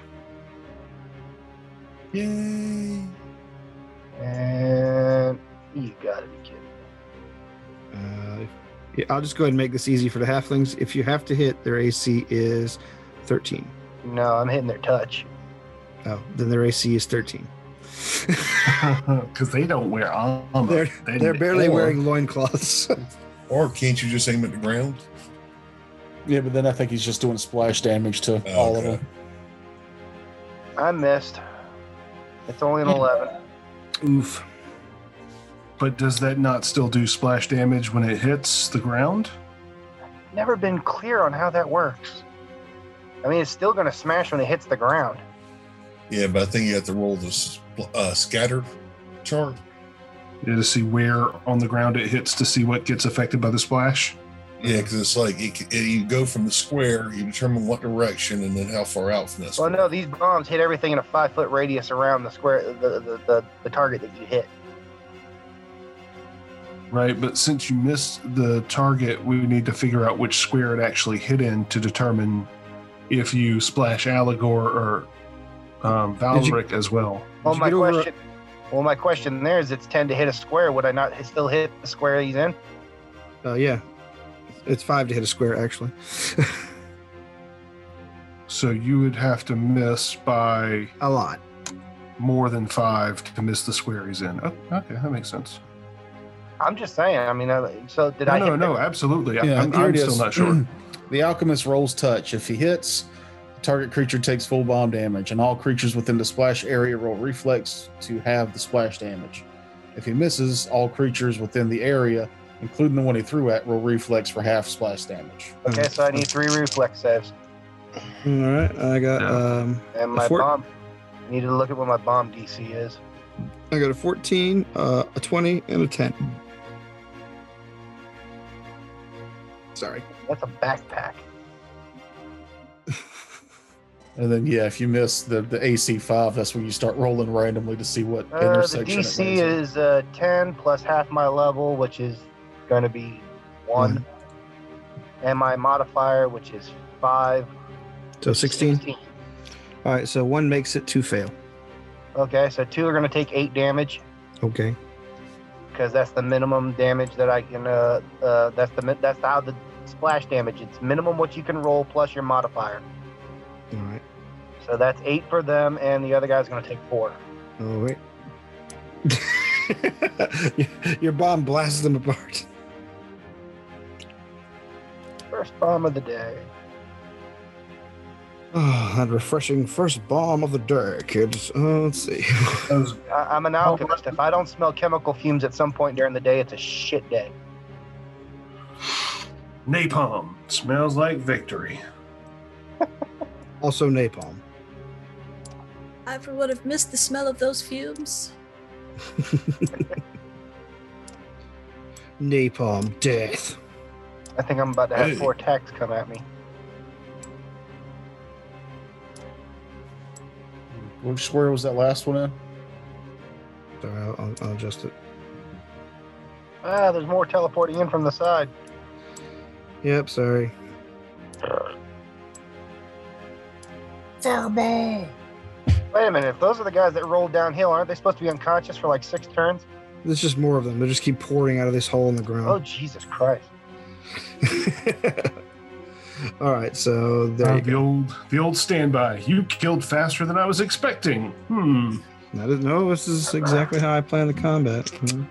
Speaker 6: Yay.
Speaker 5: And you got to be kidding.
Speaker 1: Uh, yeah, I'll just go ahead and make this easy for the halflings. If you have to hit, their AC is 13.
Speaker 5: No, I'm hitting their touch.
Speaker 1: Oh, then their AC is 13.
Speaker 4: Because they don't wear armor.
Speaker 1: They're-
Speaker 4: They-
Speaker 1: They're barely
Speaker 6: or-
Speaker 1: wearing loincloths.
Speaker 6: Or can't you just aim at the ground?
Speaker 2: Yeah, but then I think he's just doing splash damage to
Speaker 6: Oh,
Speaker 2: all of
Speaker 6: okay.
Speaker 2: them.
Speaker 5: I missed. It's only an
Speaker 7: Hmm.
Speaker 5: 11.
Speaker 1: Oof.
Speaker 4: But does that not still do splash damage when it hits the ground?
Speaker 5: never been clear on how that works. I mean, it's still going to smash when it hits the ground.
Speaker 6: Yeah, but I think you have to roll this uh, scatter chart.
Speaker 4: Yeah, to see where on the ground it hits to see what gets affected by the splash.
Speaker 6: Yeah, because it's like it, c- it, you go from the square, you determine what direction, and then how far out from that.
Speaker 5: Well,
Speaker 6: square.
Speaker 5: no, these bombs hit everything in a five foot radius around the square, the, the, the, the target that you hit.
Speaker 4: Right, but since you missed the target, we need to figure out which square it actually hit in to determine if you splash Allegor or um,
Speaker 7: Did you-
Speaker 4: Valric as well.
Speaker 5: Well,
Speaker 7: you
Speaker 5: my
Speaker 7: get over a-
Speaker 5: question. Well, my question there is, it's ten to hit a square. Would I not hit- still hit the square he's in?
Speaker 1: Uh, yeah, it's five to hit a square actually.
Speaker 4: So you would have to miss by
Speaker 1: a lot.
Speaker 4: more than five to miss the square he's in. Oh, okay, that makes sense.
Speaker 5: I'm just saying. I mean, I, so did
Speaker 4: no,
Speaker 5: I?
Speaker 4: no,
Speaker 5: hit
Speaker 4: no,
Speaker 5: the-
Speaker 4: absolutely. I-
Speaker 2: Yeah,
Speaker 4: I'm,
Speaker 2: here
Speaker 4: I'm
Speaker 2: it
Speaker 4: still
Speaker 2: is.
Speaker 4: not sure.
Speaker 2: the alchemist rolls touch. If he hits, the target creature takes full bomb damage, and all creatures within the splash area roll reflex to have the splash damage. If he misses, all creatures within the area, including the one he threw at, roll reflex for half splash damage.
Speaker 5: Okay, so I need three reflex saves,
Speaker 1: All right, I got um,
Speaker 5: and my
Speaker 1: Four-
Speaker 5: bomb. I need to look at what my bomb DC is.
Speaker 1: I got a fourteen, uh, a twenty, and a ten. Sorry.
Speaker 5: That's a backpack.
Speaker 2: And then, yeah, if you miss the, the AC five, that's when you start rolling randomly to see what
Speaker 5: Uh, the
Speaker 2: intersection. it
Speaker 5: DC
Speaker 2: lands in.
Speaker 5: is uh, ten plus half my level, which is going to be one, and my modifier, which is five.
Speaker 1: So sixteen. All right, so one makes it two fail.
Speaker 5: Okay, so two are going to take eight damage.
Speaker 1: Okay.
Speaker 5: because that's the minimum damage that I can. Uh, uh, that's the mi- that's how the splash damage. It's minimum what you can roll plus your modifier.
Speaker 1: All right.
Speaker 5: So that's eight for them, and the other guy's going to take four.
Speaker 1: Oh wait. Your- Your bomb blasts them apart.
Speaker 5: First bomb of the day.
Speaker 1: Oh, that refreshing first bomb of the day, kids. Uh, let's see.
Speaker 5: I, I'm an alchemist.
Speaker 4: Oh.
Speaker 5: If I don't smell chemical fumes at some point during the day, it's a shit day.
Speaker 4: Napalm smells like victory.
Speaker 1: Also napalm.
Speaker 3: Ivor would have missed the smell of those fumes.
Speaker 1: Napalm death.
Speaker 5: I think I'm about to have
Speaker 6: Hey.
Speaker 5: four attacks come at me.
Speaker 2: Which square was that last one in?
Speaker 1: Sorry, I'll, I'll- I'll adjust it.
Speaker 5: Ah, there's more teleporting in from the side.
Speaker 1: Yep, sorry.
Speaker 5: Wait a minute. If those are the guys that rolled downhill, aren't they supposed to be unconscious for like six turns?
Speaker 1: There's just more of them. They just keep pouring out of this hole in the
Speaker 5: Oh
Speaker 1: ground.
Speaker 5: Jesus Christ!
Speaker 1: All right, so there
Speaker 4: Uh,
Speaker 1: you
Speaker 4: the
Speaker 1: go.
Speaker 4: old, the old standby. You killed faster than I was expecting. Hmm.
Speaker 1: I didn't know this is exactly how I plan the combat. Hmm.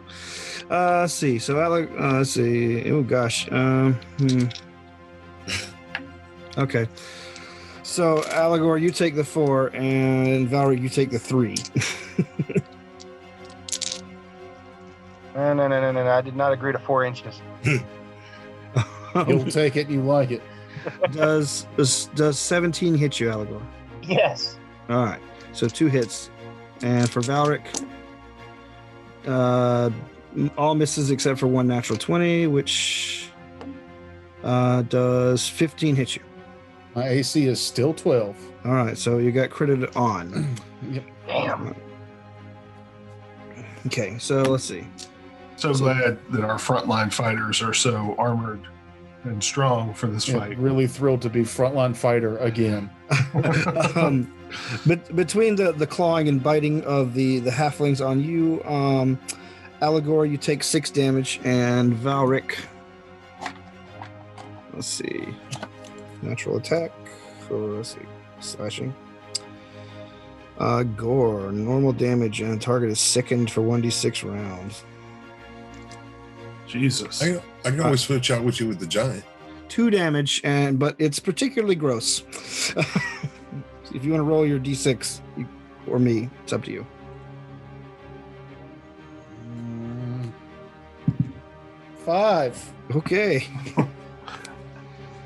Speaker 1: Uh, let's see. So Alec, uh, let's see. Oh gosh. Um, hmm. Okay. So Allegor, you take the four, and Valerie, you take the three.
Speaker 5: No, no, no, no, no. no. I did not agree to four inches.
Speaker 2: You'll take it and you like it.
Speaker 1: does does does seventeen hit you, Allegor?
Speaker 5: Yes.
Speaker 1: All right. So two hits, and for Valric, uh, m- all misses except for one natural twenty, which uh, does fifteen hit you.
Speaker 2: My AC is still twelve.
Speaker 1: All right. So you got critted on.
Speaker 2: Yep.
Speaker 5: Damn.
Speaker 1: Okay. So let's see.
Speaker 4: So glad that our frontline fighters are so armored and strong for this
Speaker 2: Yeah,
Speaker 4: fight.
Speaker 2: really thrilled to be frontline fighter again.
Speaker 1: um, but between the the clawing and biting of the the halflings on you, um, Allegor, you take six damage, and Valric. Let's see, natural attack. So let's see, slashing. Uh, gore, normal damage, and target is sickened for one d six rounds.
Speaker 4: Jesus.
Speaker 6: I, I can always switch out with you with the giant.
Speaker 1: Two damage, and but it's particularly gross. if you want to roll your d six, or me, it's up to you.
Speaker 2: Mm. Five.
Speaker 1: Okay.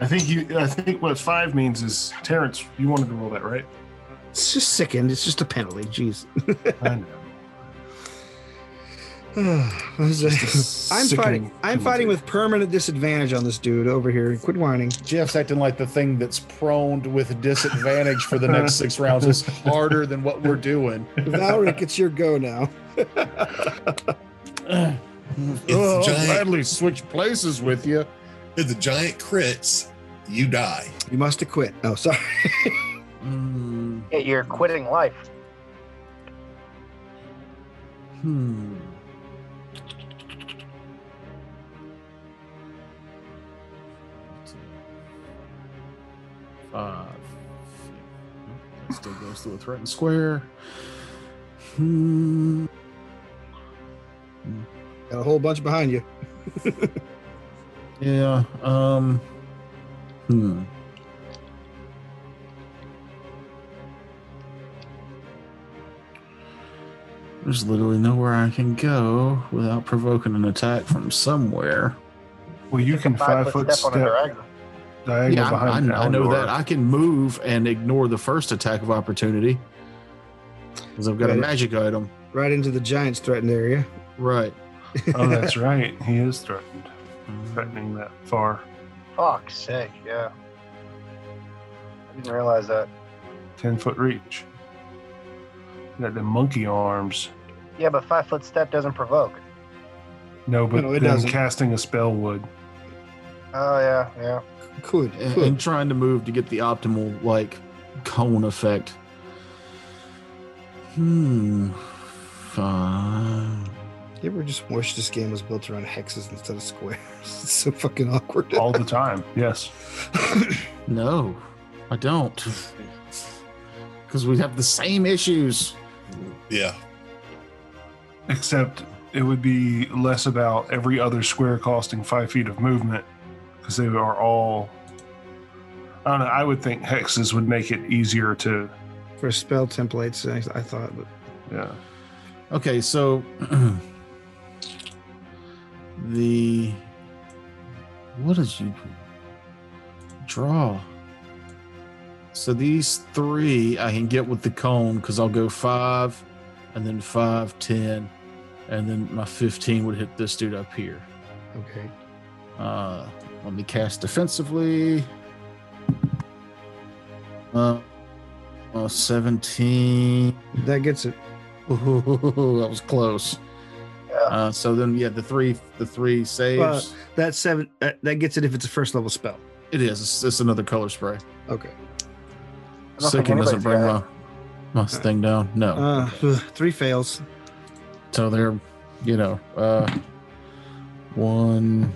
Speaker 4: I think you. I think what five means is Terrence. You wanted to roll that, right?
Speaker 1: It's just sickened. It's just a penalty. Jeez.
Speaker 4: I know.
Speaker 1: I'm fighting. I'm fighting with permanent disadvantage on this dude over here. Quit whining.
Speaker 2: Jeff's acting like the thing that's proned with disadvantage for the next six rounds is harder than what we're doing.
Speaker 1: Valric, it's your go now.
Speaker 2: oh,
Speaker 6: It's
Speaker 2: I'll
Speaker 6: giant.
Speaker 2: gladly switch places with you.
Speaker 6: If the giant crits, you die.
Speaker 1: You must have quit. Oh, sorry.
Speaker 2: Mm,
Speaker 5: Yeah, you're quitting life.
Speaker 2: hmm. Five. Still goes through a threatened square. Hmm.
Speaker 1: Got a whole bunch behind you.
Speaker 2: Yeah. Um. Hmm. There's literally nowhere I can go without provoking an attack from somewhere.
Speaker 4: Well, you can five, foot step,
Speaker 5: on a diagonal.
Speaker 4: diagonal
Speaker 2: yeah, I,
Speaker 4: behind.
Speaker 2: I- I know
Speaker 4: Alnor.
Speaker 2: that. I can move and ignore the first attack of opportunity because I've got a
Speaker 1: Right.
Speaker 2: magic item.
Speaker 1: Right into the giant's threatened area.
Speaker 2: Right.
Speaker 4: oh, that's right. He is threatened. Threatening that far.
Speaker 5: Fuck's sake, yeah. I didn't realize that.
Speaker 4: Ten foot reach. Got the monkey arms.
Speaker 5: Yeah, but five foot step doesn't provoke.
Speaker 4: No, but
Speaker 1: No, it
Speaker 4: then
Speaker 1: doesn't.
Speaker 4: casting a spell would.
Speaker 5: Oh yeah, yeah.
Speaker 1: Could.
Speaker 2: and,
Speaker 1: could.
Speaker 2: and trying to move to get the optimal like cone effect. Hmm. Fine.
Speaker 1: You ever just wish this game was built around hexes instead of squares? It's so fucking awkward.
Speaker 4: all the time. Yes.
Speaker 2: No, I don't. Because we have the same issues.
Speaker 6: Yeah.
Speaker 4: Except it would be less about every other square costing five feet of movement because they are all. I don't know. I would think hexes would make it easier to.
Speaker 1: For spell templates, I, I thought. But
Speaker 4: Yeah.
Speaker 2: Okay, so the what did you draw? So these three I can get with the cone because I'll go five, and then five, ten, and then my fifteen would hit this dude up here.
Speaker 1: okay.
Speaker 2: Uh, let me cast defensively. Uh, uh, 17.
Speaker 1: That gets it.
Speaker 2: Ooh, that was close. Uh, so then, yeah, the three, the three saves.
Speaker 1: That seven. That, that gets it if it's a first level spell.
Speaker 2: it is. It's, it's another color spray.
Speaker 1: Okay.
Speaker 5: I don't think
Speaker 2: Second doesn't
Speaker 5: anybody's
Speaker 2: bring
Speaker 5: got
Speaker 2: my, my thing down. No.
Speaker 1: Uh, three fails.
Speaker 2: So they're, you know, uh, one.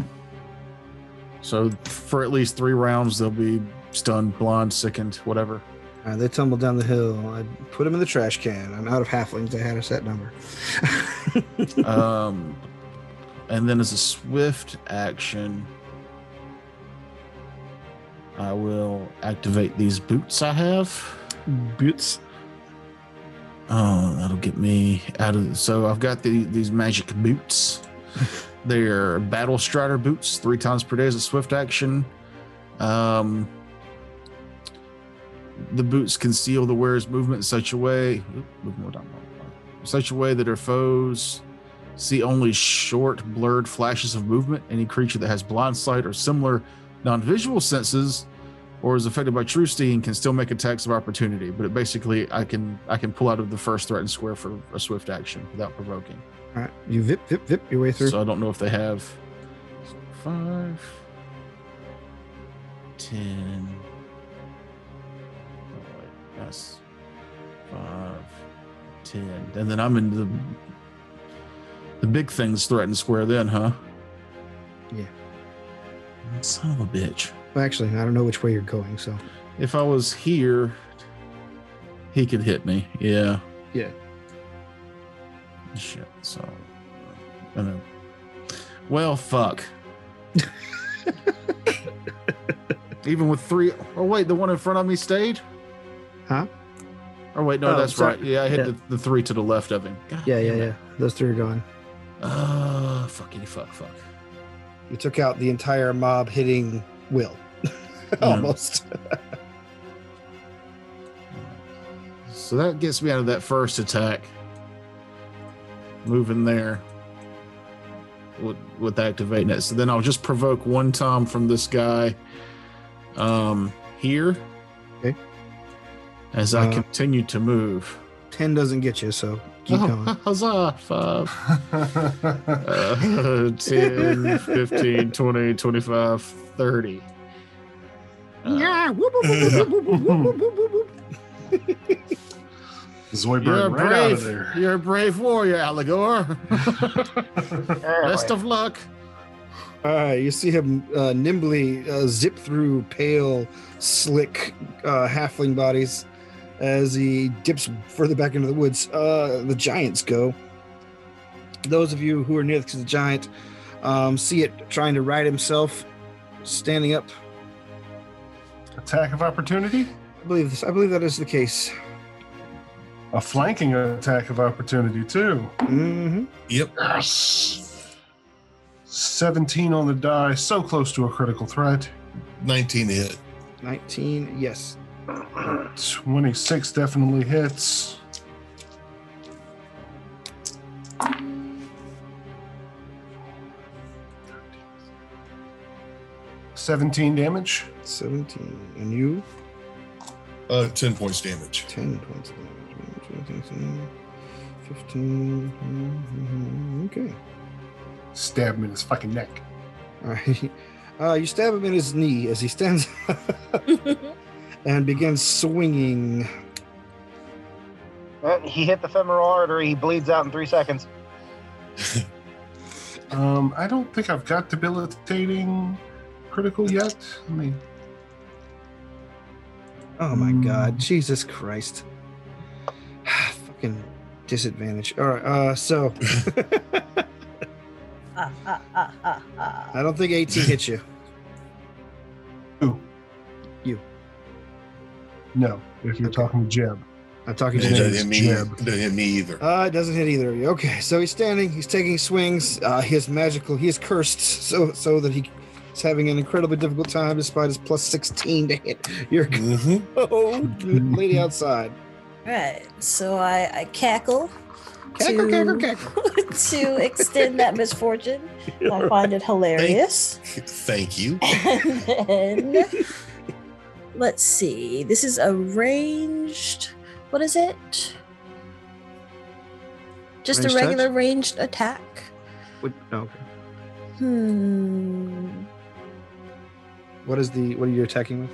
Speaker 2: So for at least three rounds, they'll be stunned, blind, sickened, whatever.
Speaker 1: All right, Uh, they tumbled down the hill. I put them in the trash can. I'm out of halflings. I had a set number.
Speaker 2: um, and then as a swift action, I will activate these boots I have.
Speaker 1: Boots.
Speaker 2: Oh, that'll get me out of. So I've got the, these magic boots. They're battle strider boots, three times per day as a swift action. Um, the boots conceal the wearer's movement in such a way, oop, move more down, in such a way that her foes see only short, blurred flashes of movement. Any creature that has blind sight or similar non-visual senses or is affected by true steam can still make attacks of opportunity but it basically i can i can pull out of the first threatened square for a swift action without provoking
Speaker 1: All right, you vip, vip, vip your way through.
Speaker 2: so i don't know if they have five ten oh wait, that's five ten and then i'm in the the big things threatened square then huh
Speaker 1: Yeah.
Speaker 2: son of a bitch
Speaker 1: Well, Actually, I don't know which way you're going. So
Speaker 2: If I was here, he could hit me. Yeah.
Speaker 1: Yeah.
Speaker 2: Shit. So, I know. Well, fuck. Even with three oh wait, the one in front of me stayed.
Speaker 1: Huh?
Speaker 2: Oh wait, no,
Speaker 1: Oh,
Speaker 2: that's
Speaker 1: sorry.
Speaker 2: right. Yeah, I hit
Speaker 1: Yeah.
Speaker 2: The, the three to the left of him. God
Speaker 1: yeah, yeah,
Speaker 2: damn
Speaker 1: yeah.
Speaker 2: it.
Speaker 1: Those three are gone.
Speaker 2: Uh, fuckity fuck, fuck.
Speaker 1: You took out the entire mob hitting Will.
Speaker 2: Almost. so that gets me out of that first attack. Moving there with, with activating it. So then I'll just provoke one time from this guy um, here.
Speaker 1: Okay.
Speaker 2: As I
Speaker 1: Uh,
Speaker 2: continue to move.
Speaker 1: 10 doesn't get you, so keep
Speaker 2: Oh,
Speaker 1: going.
Speaker 2: huzzah! Five. Uh, 10, 15, 20, 25, 30. Uh,
Speaker 4: Zoidberg
Speaker 2: You're a
Speaker 4: right out of
Speaker 2: brave,
Speaker 4: there.
Speaker 2: you're a brave warrior, Allegor.
Speaker 5: Apparently.
Speaker 2: Best of luck.
Speaker 1: All right, you see him uh, nimbly uh, zip through pale, slick uh, halfling bodies as he dips further back into the woods. Uh, the giants go. Those of you who are near to the giant um, see it trying to right himself, standing up.
Speaker 4: Attack of opportunity?
Speaker 1: I believe this. I believe that is the case.
Speaker 4: A flanking attack of opportunity, too.
Speaker 1: hmm
Speaker 6: Yep.
Speaker 4: Yes. 17 on the die, so close to a critical threat.
Speaker 6: 19 hit.
Speaker 1: 19, yes.
Speaker 4: 26 definitely hits. Seventeen damage.
Speaker 1: 17. And you?
Speaker 6: Uh, 10 points damage.
Speaker 1: 10 points of damage. 15. mhm, Okay.
Speaker 4: Stab him in his fucking neck.
Speaker 1: All right. Uh, you stab him in his knee as he stands up and begins swinging.
Speaker 5: Uh, He hit the femoral artery. He bleeds out in three seconds.
Speaker 4: Um, I don't think I've got debilitating critical yet. I mean,
Speaker 1: Oh my god. Jesus Christ. Fucking disadvantage. All right. Uh, so
Speaker 3: Ah, ah, ah, ah, ah.
Speaker 1: I don't think 18 hits you.
Speaker 4: who?
Speaker 1: You.
Speaker 4: No, if you're talking to Jeb.
Speaker 1: I'm talking
Speaker 6: It
Speaker 1: to you.
Speaker 6: doesn't hit me,
Speaker 4: Jab.
Speaker 6: it doesn't hit me either.
Speaker 1: Uh, it doesn't hit either of you. Okay, so he's standing. He's taking swings. Uh, he is magical. He is cursed, so so that he is having an incredibly difficult time despite his plus sixteen to hit your
Speaker 6: hmm
Speaker 1: code, Oh, lady outside.
Speaker 3: Right. So I, I cackle.
Speaker 1: Cackle,
Speaker 3: to,
Speaker 1: cackle, cackle.
Speaker 3: to extend that misfortune. I find it hilarious.
Speaker 6: Thank you.
Speaker 3: And then let's see. This is a ranged. What is it? Just
Speaker 1: Ranged
Speaker 3: a regular
Speaker 1: touch?
Speaker 3: ranged attack.
Speaker 1: What, no, okay.
Speaker 3: Hmm.
Speaker 1: What is the what are you attacking with?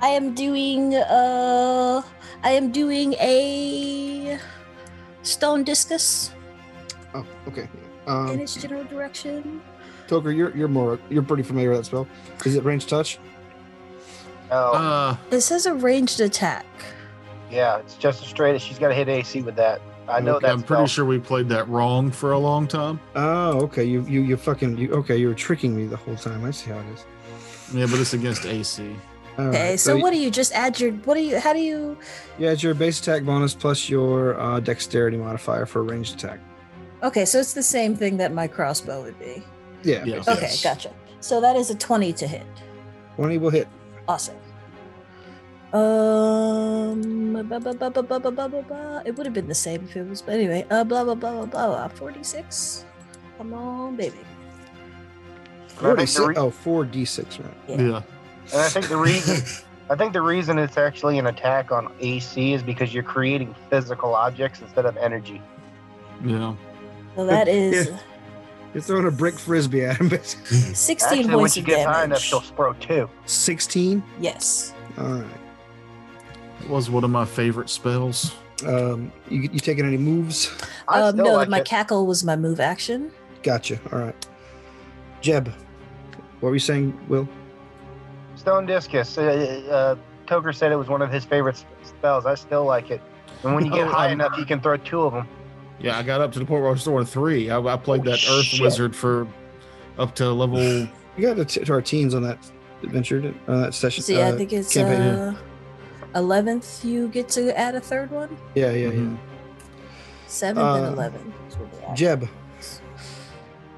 Speaker 3: I am doing uh I am doing a stone discus
Speaker 1: Oh, okay.
Speaker 3: in
Speaker 1: Um,
Speaker 3: its general direction.
Speaker 1: Toker, you're you're more you're pretty familiar with that spell. Is it range touch?
Speaker 5: No.
Speaker 2: Uh,
Speaker 3: It says a ranged attack.
Speaker 5: yeah, it's just as straight as she's got to hit AC with that. I know
Speaker 2: okay,
Speaker 5: that.
Speaker 2: I'm pretty sure we played that wrong for a long time.
Speaker 1: Oh, okay. You you you fucking you, okay. You were tricking me the whole time. I see how it is.
Speaker 2: Yeah, but it's against AC.
Speaker 1: All
Speaker 3: Okay,
Speaker 1: right,
Speaker 3: so
Speaker 1: you-
Speaker 3: what do you just add your what do you how do you
Speaker 1: Yeah, it's your base attack bonus plus your uh, dexterity modifier for a ranged attack.
Speaker 3: Okay, so it's the same thing that my crossbow would be.
Speaker 1: Yeah.
Speaker 2: Yeah.
Speaker 3: Okay,
Speaker 6: Yes.
Speaker 3: gotcha. So that is a 20 to hit.
Speaker 1: 20 will hit.
Speaker 3: Awesome. Um, ba- ba- ba- ba- ba- ba- ba- ba- ba. it would have been the same if it was, but anyway, uh, blah blah blah blah blah. blah. 46. Come on, baby.
Speaker 1: 46,
Speaker 5: re-
Speaker 1: oh, 4d6, right.
Speaker 3: Yeah.
Speaker 2: Yeah.
Speaker 5: And I think the reason I think the reason it's actually an attack on AC is because you're creating physical objects instead of energy.
Speaker 2: Yeah.
Speaker 3: So that is
Speaker 1: Yeah. You're throwing a brick frisbee at him, basically.
Speaker 3: 16
Speaker 5: Actually,
Speaker 3: points
Speaker 5: once you
Speaker 3: of
Speaker 5: get high enough,
Speaker 3: damage.
Speaker 5: she'll spro too.
Speaker 1: 16?
Speaker 3: Yes.
Speaker 1: All right.
Speaker 2: That was one of my favorite spells.
Speaker 1: Um, you, you taking any moves?
Speaker 5: I
Speaker 3: Um,
Speaker 5: still
Speaker 3: no,
Speaker 5: like
Speaker 3: my
Speaker 5: it.
Speaker 3: cackle was my move action.
Speaker 1: Gotcha. All right. Jeb, what were you saying, Will?
Speaker 5: Stone discus. Uh, uh, Toker said it was one of his favorite s- spells. I still like it. And when you get
Speaker 2: Oh,
Speaker 5: high
Speaker 2: um,
Speaker 5: enough, you can throw two of them.
Speaker 2: Yeah, I got up to the point where I was throwing three. I, I played
Speaker 5: Oh,
Speaker 2: that Earth
Speaker 5: shit.
Speaker 2: Wizard for up to level.
Speaker 1: We got to, t- to our teens on that adventure, didn't- on that session.
Speaker 3: So yeah,
Speaker 1: uh,
Speaker 3: I think it's
Speaker 1: campaign,
Speaker 3: uh, 11th. You get to add a third one.
Speaker 1: yeah, yeah,
Speaker 2: Mhm.
Speaker 3: Mm-hmm. Seventh
Speaker 1: Uh,
Speaker 3: and 11th. is what they
Speaker 1: yeah.
Speaker 3: add.
Speaker 1: Jeb,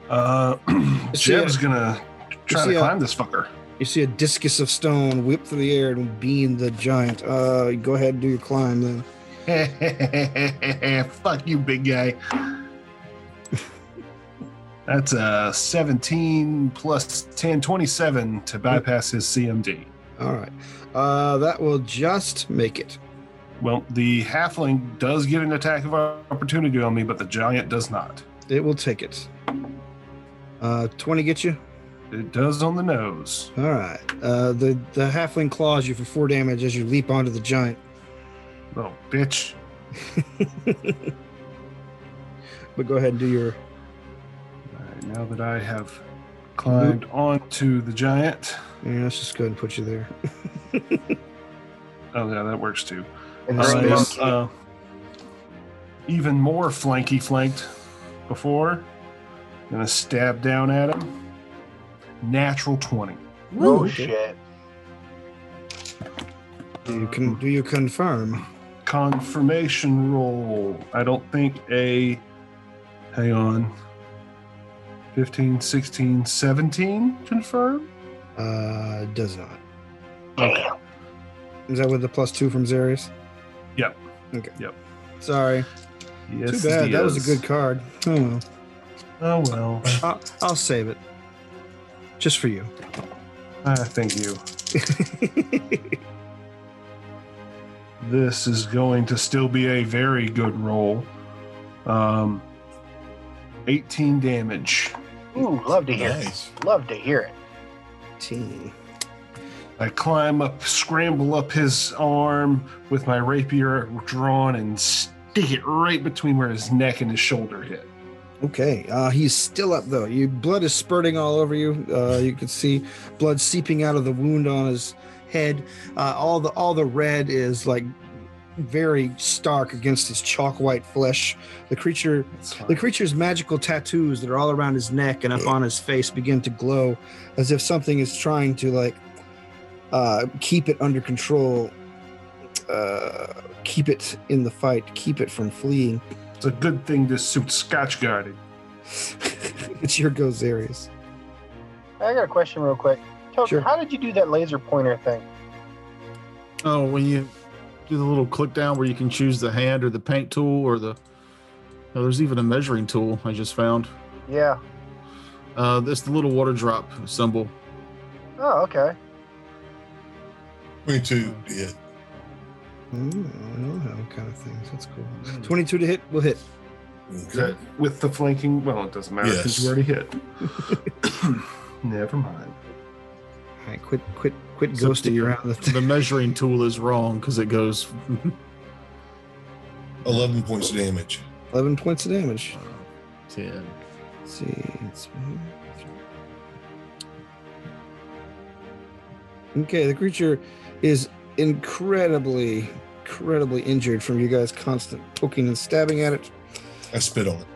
Speaker 4: Uh,
Speaker 1: You see
Speaker 4: Jeb's
Speaker 1: a-
Speaker 4: gonna
Speaker 1: you
Speaker 4: try
Speaker 1: see
Speaker 4: to
Speaker 1: a-
Speaker 4: climb this fucker.
Speaker 1: You see a discus of stone whip through the air and beam the giant. Uh, go ahead and do your climb then.
Speaker 4: Fuck you, big guy. That's a 17 plus 10, 27 to bypass his CMD.
Speaker 1: All right. Uh, that will just make it.
Speaker 4: Well, the halfling does get an attack of opportunity on me, but the giant does not.
Speaker 1: It will take it. Uh, 20 get you?
Speaker 4: It does on the nose.
Speaker 1: All right. Uh, the, the halfling claws you for four damage as you leap onto the giant.
Speaker 4: Little bitch.
Speaker 1: But go ahead and do your.
Speaker 4: All right, now that I have climbed onto the giant.
Speaker 1: Yeah, let's just go ahead and put you there.
Speaker 4: Oh, yeah, that works too.
Speaker 5: And
Speaker 1: All
Speaker 4: I
Speaker 1: right.
Speaker 5: then-
Speaker 4: am, uh, even more flanky flanked before. Gonna stab down at him. Natural 20.
Speaker 5: Oh
Speaker 1: okay.
Speaker 5: shit!
Speaker 1: Do you, con- do you confirm?
Speaker 4: Confirmation roll. I don't think a. Hang on. 15, 16, 17 confirm?
Speaker 1: Uh, does not.
Speaker 4: Okay.
Speaker 1: Is that with the plus two from Zarius?
Speaker 4: Yep.
Speaker 1: Okay.
Speaker 4: Yep.
Speaker 1: Sorry.
Speaker 4: Yes,
Speaker 1: Too bad.
Speaker 4: it
Speaker 1: That was
Speaker 4: is.
Speaker 1: a good card. Oh, well.
Speaker 4: Oh, well.
Speaker 1: I'll, I'll save it. Just for you.
Speaker 4: Ah, thank you. this is going to still be a very good roll. Um, 18 damage.
Speaker 5: Ooh, love to hear it.
Speaker 6: Nice.
Speaker 5: Love to hear it.
Speaker 1: Team.
Speaker 4: I climb up, scramble up his arm with my rapier drawn and stick it right between where his neck and his shoulder hit.
Speaker 1: Okay. Uh, he's still up though. Your blood is spurting all over you. Uh, you can see blood seeping out of the wound on his head. Uh, all the all the red is like very stark against his chalk white flesh. The creature
Speaker 4: That's
Speaker 1: The
Speaker 4: fine.
Speaker 1: creature's magical tattoos that are all around his neck and up on his face begin to glow as if something is trying to like uh, keep it under control, uh, keep it in the fight, keep it from fleeing.
Speaker 4: It's a good thing this suit's scotch guarded.
Speaker 1: it's your Gozerius.
Speaker 5: I got a question real quick. Toad,
Speaker 1: Sure.
Speaker 5: how did you do that laser pointer thing?
Speaker 7: Oh, when you do the little click down where you can choose the hand or the paint tool or the. Oh, there's even a measuring tool I just found.
Speaker 5: Yeah.
Speaker 7: Uh, that's the little water drop symbol.
Speaker 5: Oh, okay.
Speaker 6: 22 Yeah.
Speaker 1: Mm, I know how kind of things. That's cool.
Speaker 7: Hmm.
Speaker 1: Twenty-two to hit will hit.
Speaker 4: Is that with the flanking? Well, it doesn't matter because
Speaker 6: Yes.
Speaker 4: you already hit. Never mind.
Speaker 1: All right, quit, quit, quit
Speaker 7: So
Speaker 1: ghosting
Speaker 7: the-
Speaker 1: around the
Speaker 7: The measuring tool is wrong because it goes.
Speaker 6: 11 points of damage.
Speaker 1: Eleven points of damage.
Speaker 7: uh, Ten.
Speaker 1: Let's see, it's okay. The creature is incredibly, incredibly injured from you guys' constant poking and stabbing at it.
Speaker 6: I spit on it.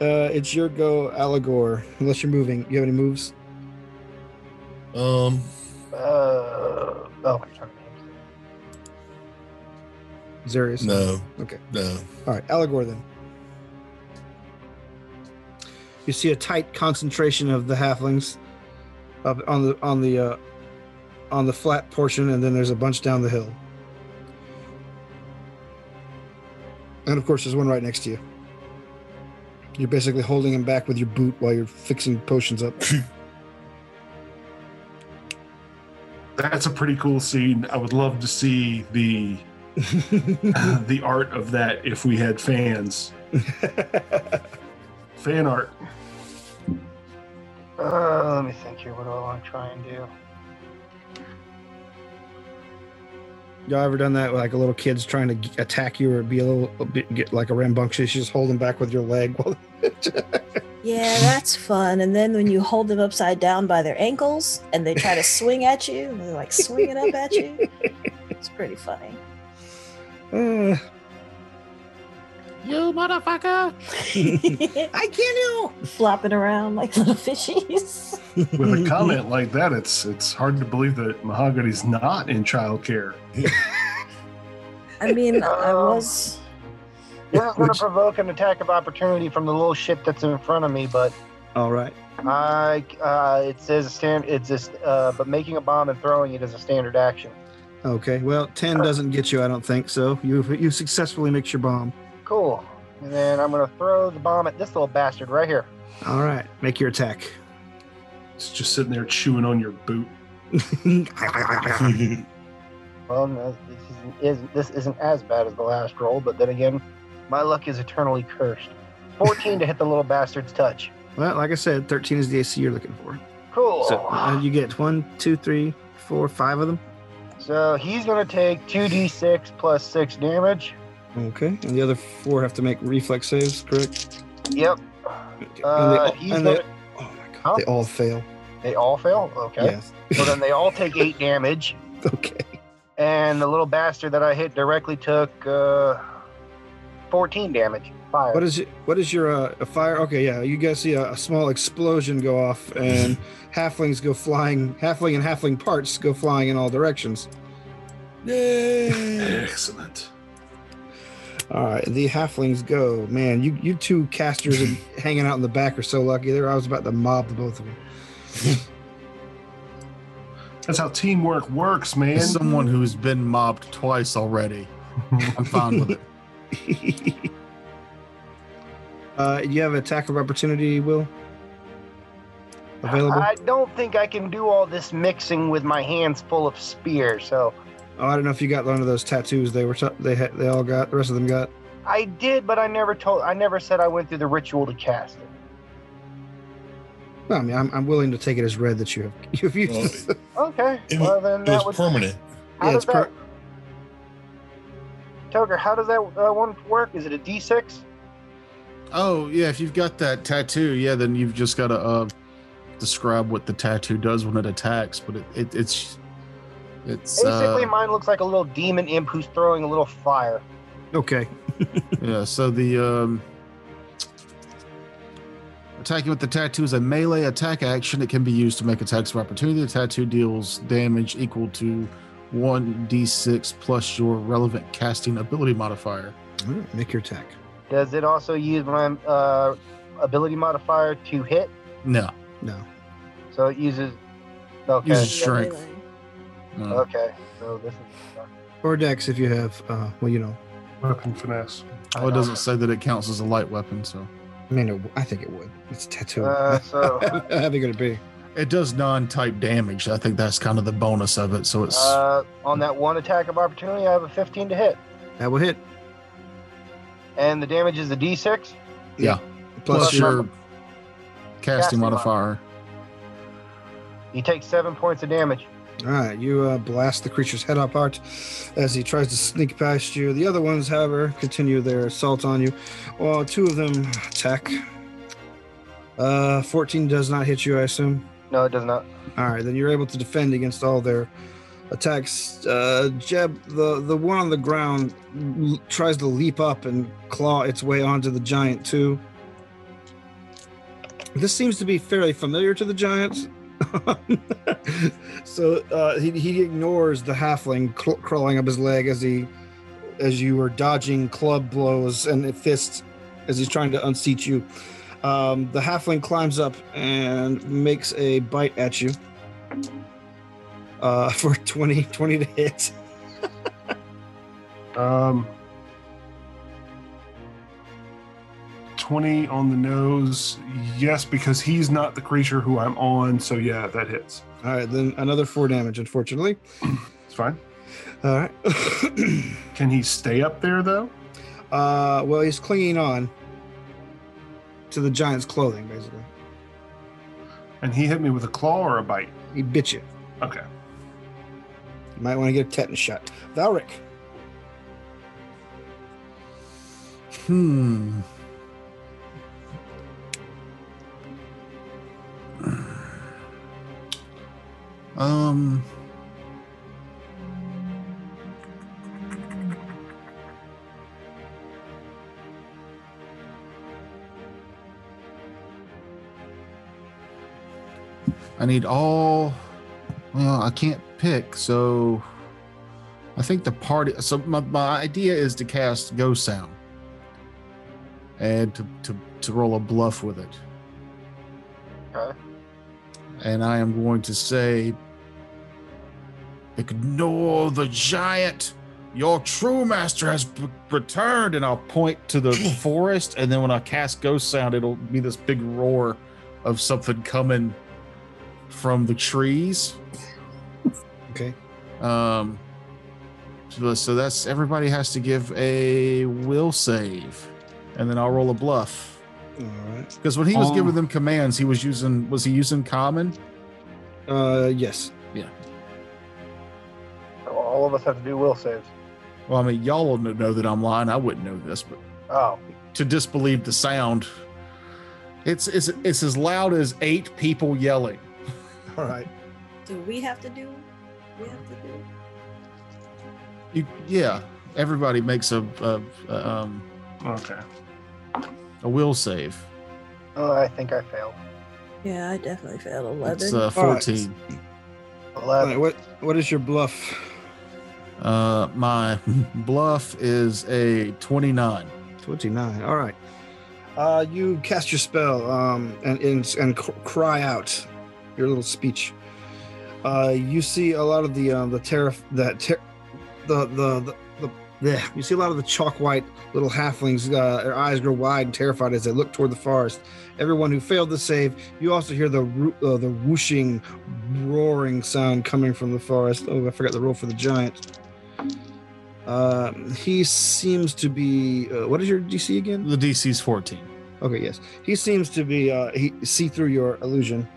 Speaker 1: uh, it's your go, Allegor. Unless you're moving, you have any moves?
Speaker 6: Um,
Speaker 5: Uh, oh, my God.
Speaker 1: Zarius.
Speaker 6: no.
Speaker 1: Okay.
Speaker 6: No.
Speaker 1: All right, Allegor then. You see a tight concentration of the halflings up on the on the uh, on the flat portion, and then there's a bunch down the hill. And of course, there's one right next to you. You're basically holding him back with your boot while you're fixing potions up.
Speaker 4: That's a pretty cool scene. I would love to see the the art of that if we had fans. Fan art.
Speaker 5: Uh, let me think here. What do I want to try and do?
Speaker 1: Y'all ever done that? with, Like a little kid's trying to g- attack you or be a little a bit, get like a rambunctious, you just hold him back with your leg while
Speaker 3: Yeah, that's fun. And then when you hold them upside down by their ankles and they try to swing at you, and they're like swinging up at you, it's pretty funny.
Speaker 1: Uh,
Speaker 7: You motherfucker!
Speaker 3: I can't do flopping around like little fishies.
Speaker 4: With a comment like that, it's it's hard to believe that Mahogany's not in childcare.
Speaker 3: I mean, I
Speaker 5: Um,
Speaker 3: was.
Speaker 5: This is going
Speaker 1: Which-
Speaker 5: to provoke an attack of opportunity from the little ship that's in front of me, but
Speaker 1: All right.
Speaker 5: I uh, it says a stand. It's just uh, but making a bomb and throwing it is a standard action.
Speaker 1: Okay. Well, 10 doesn't get you, I don't think. So you you successfully mix your bomb.
Speaker 5: Cool. And then I'm gonna throw the bomb at this little bastard right here.
Speaker 1: All right. Make your attack.
Speaker 4: It's just sitting there chewing on your boot.
Speaker 5: Well, no, this isn't, isn't this isn't as bad as the last roll, but then again, my luck is eternally cursed. 14 to hit the little bastard's touch.
Speaker 1: well, like I said, 13 is the AC you're looking for.
Speaker 5: Cool.
Speaker 1: So uh, you get one, two, three, four, five of them.
Speaker 5: So he's gonna take 2d6 plus 6 damage.
Speaker 1: Okay. And the other four have to make reflex saves, correct?
Speaker 5: Yep.
Speaker 1: And they
Speaker 5: Uh,
Speaker 1: all-
Speaker 5: he's
Speaker 1: and they-
Speaker 5: gonna-
Speaker 1: oh my God.
Speaker 5: Huh?
Speaker 1: They all fail.
Speaker 5: They all fail? Okay.
Speaker 1: Yes.
Speaker 5: So then they all take 8 damage.
Speaker 1: Okay.
Speaker 5: And the little bastard that I hit directly took uh, 14 damage. Fire.
Speaker 1: What is it? What is your uh, a fire? Okay, yeah, you guys see a, a small explosion go off, and halflings go flying. Halfling and halfling parts go flying in all directions.
Speaker 6: Yay!
Speaker 4: Excellent.
Speaker 1: All right, the halflings go. Man, you you two casters and hanging out in the back are so lucky. There, I was about to mob the both of you.
Speaker 4: That's how teamwork works, man.
Speaker 2: As someone who's been mobbed twice already, I'm fine with it.
Speaker 1: Uh, you have an attack of opportunity, Will. Available.
Speaker 5: I don't think I can do all this mixing with my hands full of spear, so
Speaker 1: oh, I don't know if you got one of those tattoos. They were t- they had they all got the rest of them got.
Speaker 5: I did, but I never told. I never said I went through the ritual to cast it.
Speaker 1: Well, I mean, I'm, I'm willing to take it as read that you have you've used.
Speaker 6: Well,
Speaker 1: this.
Speaker 5: Okay.
Speaker 6: It
Speaker 5: well, then
Speaker 6: It
Speaker 5: that
Speaker 6: was
Speaker 5: would.
Speaker 6: permanent.
Speaker 5: how
Speaker 1: yeah,
Speaker 5: does
Speaker 1: it's per-
Speaker 5: that? Toger, how does that uh, one work? Is it a D6?
Speaker 2: Oh yeah, if you've got that tattoo, yeah, then you've just got to uh, describe what the tattoo does when it attacks. But it, it it's it's
Speaker 5: Basically,
Speaker 2: uh,
Speaker 5: mine looks like a little demon imp who's throwing a little fire.
Speaker 1: okay.
Speaker 2: yeah. So the um, attacking with the tattoo is a melee attack action. It can be used to make attacks of opportunity. The tattoo deals damage equal to one d6 plus your relevant casting ability modifier.
Speaker 1: All right, make your attack.
Speaker 5: Does it also use my uh, ability modifier to hit?
Speaker 2: No,
Speaker 1: No.
Speaker 5: So it uses. Okay.
Speaker 2: Uses strength.
Speaker 3: melee.
Speaker 2: no.
Speaker 5: Okay. So this is.
Speaker 1: Or Dex if you have, uh, well, you know,
Speaker 4: Weapon finesse.
Speaker 2: Well, Oh, it doesn't say that it counts as a light weapon, so
Speaker 1: I mean, it, I think it would. It's a tattoo.
Speaker 5: Uh, so.
Speaker 1: How big would it be?
Speaker 2: it does non-type damage. I think that's kind of the bonus of it. So it's
Speaker 5: Uh, on that one attack of opportunity, I have a 15 to hit,
Speaker 1: That will hit.
Speaker 5: and the damage is a D6.
Speaker 2: plus,
Speaker 5: plus
Speaker 2: your
Speaker 5: your
Speaker 2: casting,
Speaker 5: casting
Speaker 2: modifier.
Speaker 5: You take seven points of damage.
Speaker 1: All right, you uh, blast the creature's head apart as he tries to sneak past you. The other ones, however, continue their assault on you. Well, two of them attack. Uh, 14 does not hit you, I assume.
Speaker 5: No, it does not.
Speaker 1: All right, then you're able to defend against all their attacks. Uh, Jeb, the the one on the ground l- tries to leap up and claw its way onto the giant too. This seems to be fairly familiar to the giant. so uh, he, he ignores the halfling cl- crawling up his leg as he as you are dodging club blows and fists as he's trying to unseat you. Um, the halfling climbs up and makes a bite at you uh, for 20, 20 to hit.
Speaker 4: Um, 20 on the nose. Yes, because he's not the creature who I'm on. So, yeah, that hits.
Speaker 1: All right, then another four damage, unfortunately.
Speaker 4: It's fine.
Speaker 1: All right.
Speaker 4: Can he stay up there, though?
Speaker 1: uh, well, he's clinging on to the giant's clothing, basically.
Speaker 4: And he hit me with a claw or a bite.
Speaker 1: He bit you.
Speaker 4: Okay.
Speaker 1: You might want to get a tetanus shot. Valric.
Speaker 2: Hmm. Um. I need all. Well, I can't pick, so I think the party. So my, my idea is to cast Go Sound and to, to, to roll a bluff with it.
Speaker 5: Okay.
Speaker 2: and I am going to say, ignore the giant. Your true master has b- returned, and I'll point to the forest. And then when I cast ghost sound, it'll be this big roar of something coming from the trees.
Speaker 1: Okay.
Speaker 2: Um. So, so that's everybody has to give a will save, and then I'll roll a bluff.
Speaker 1: All right.
Speaker 2: Because when he was
Speaker 4: Oh.
Speaker 2: giving them commands, he was using was he using common?
Speaker 1: Uh, yes.
Speaker 5: So all of us have to do will saves.
Speaker 2: Well, I mean, y'all will know that I'm lying. I wouldn't know this, but
Speaker 5: Oh,
Speaker 2: to disbelieve the sound, it's it's it's as loud as eight people yelling.
Speaker 4: All right.
Speaker 3: Do we have to do? We have to do.
Speaker 2: You, yeah, everybody makes a a, a, um,
Speaker 4: Okay.
Speaker 2: a will save.
Speaker 5: oh, I think I failed.
Speaker 3: Yeah, I definitely failed
Speaker 2: It's
Speaker 3: eleven.
Speaker 2: uh, fourteen.
Speaker 1: All
Speaker 5: 11.
Speaker 1: right. What What is your bluff?
Speaker 2: Uh, my bluff is a twenty-nine.
Speaker 1: 29 all right uh you cast your spell um and and, and c- cry out your little speech uh you see a lot of the uh the terif that ter- the the the, the bleh. you see a lot of the chalk white little halflings uh, their eyes grow wide and terrified as they look toward the forest everyone who failed the save you also hear the ro- uh, the whooshing roaring sound coming from the forest oh i forgot the roll for the giant um, he seems to be. Uh, what is your DC again?
Speaker 2: The DC's fourteen.
Speaker 1: Okay, yes. He seems to be. Uh, he see through your illusion,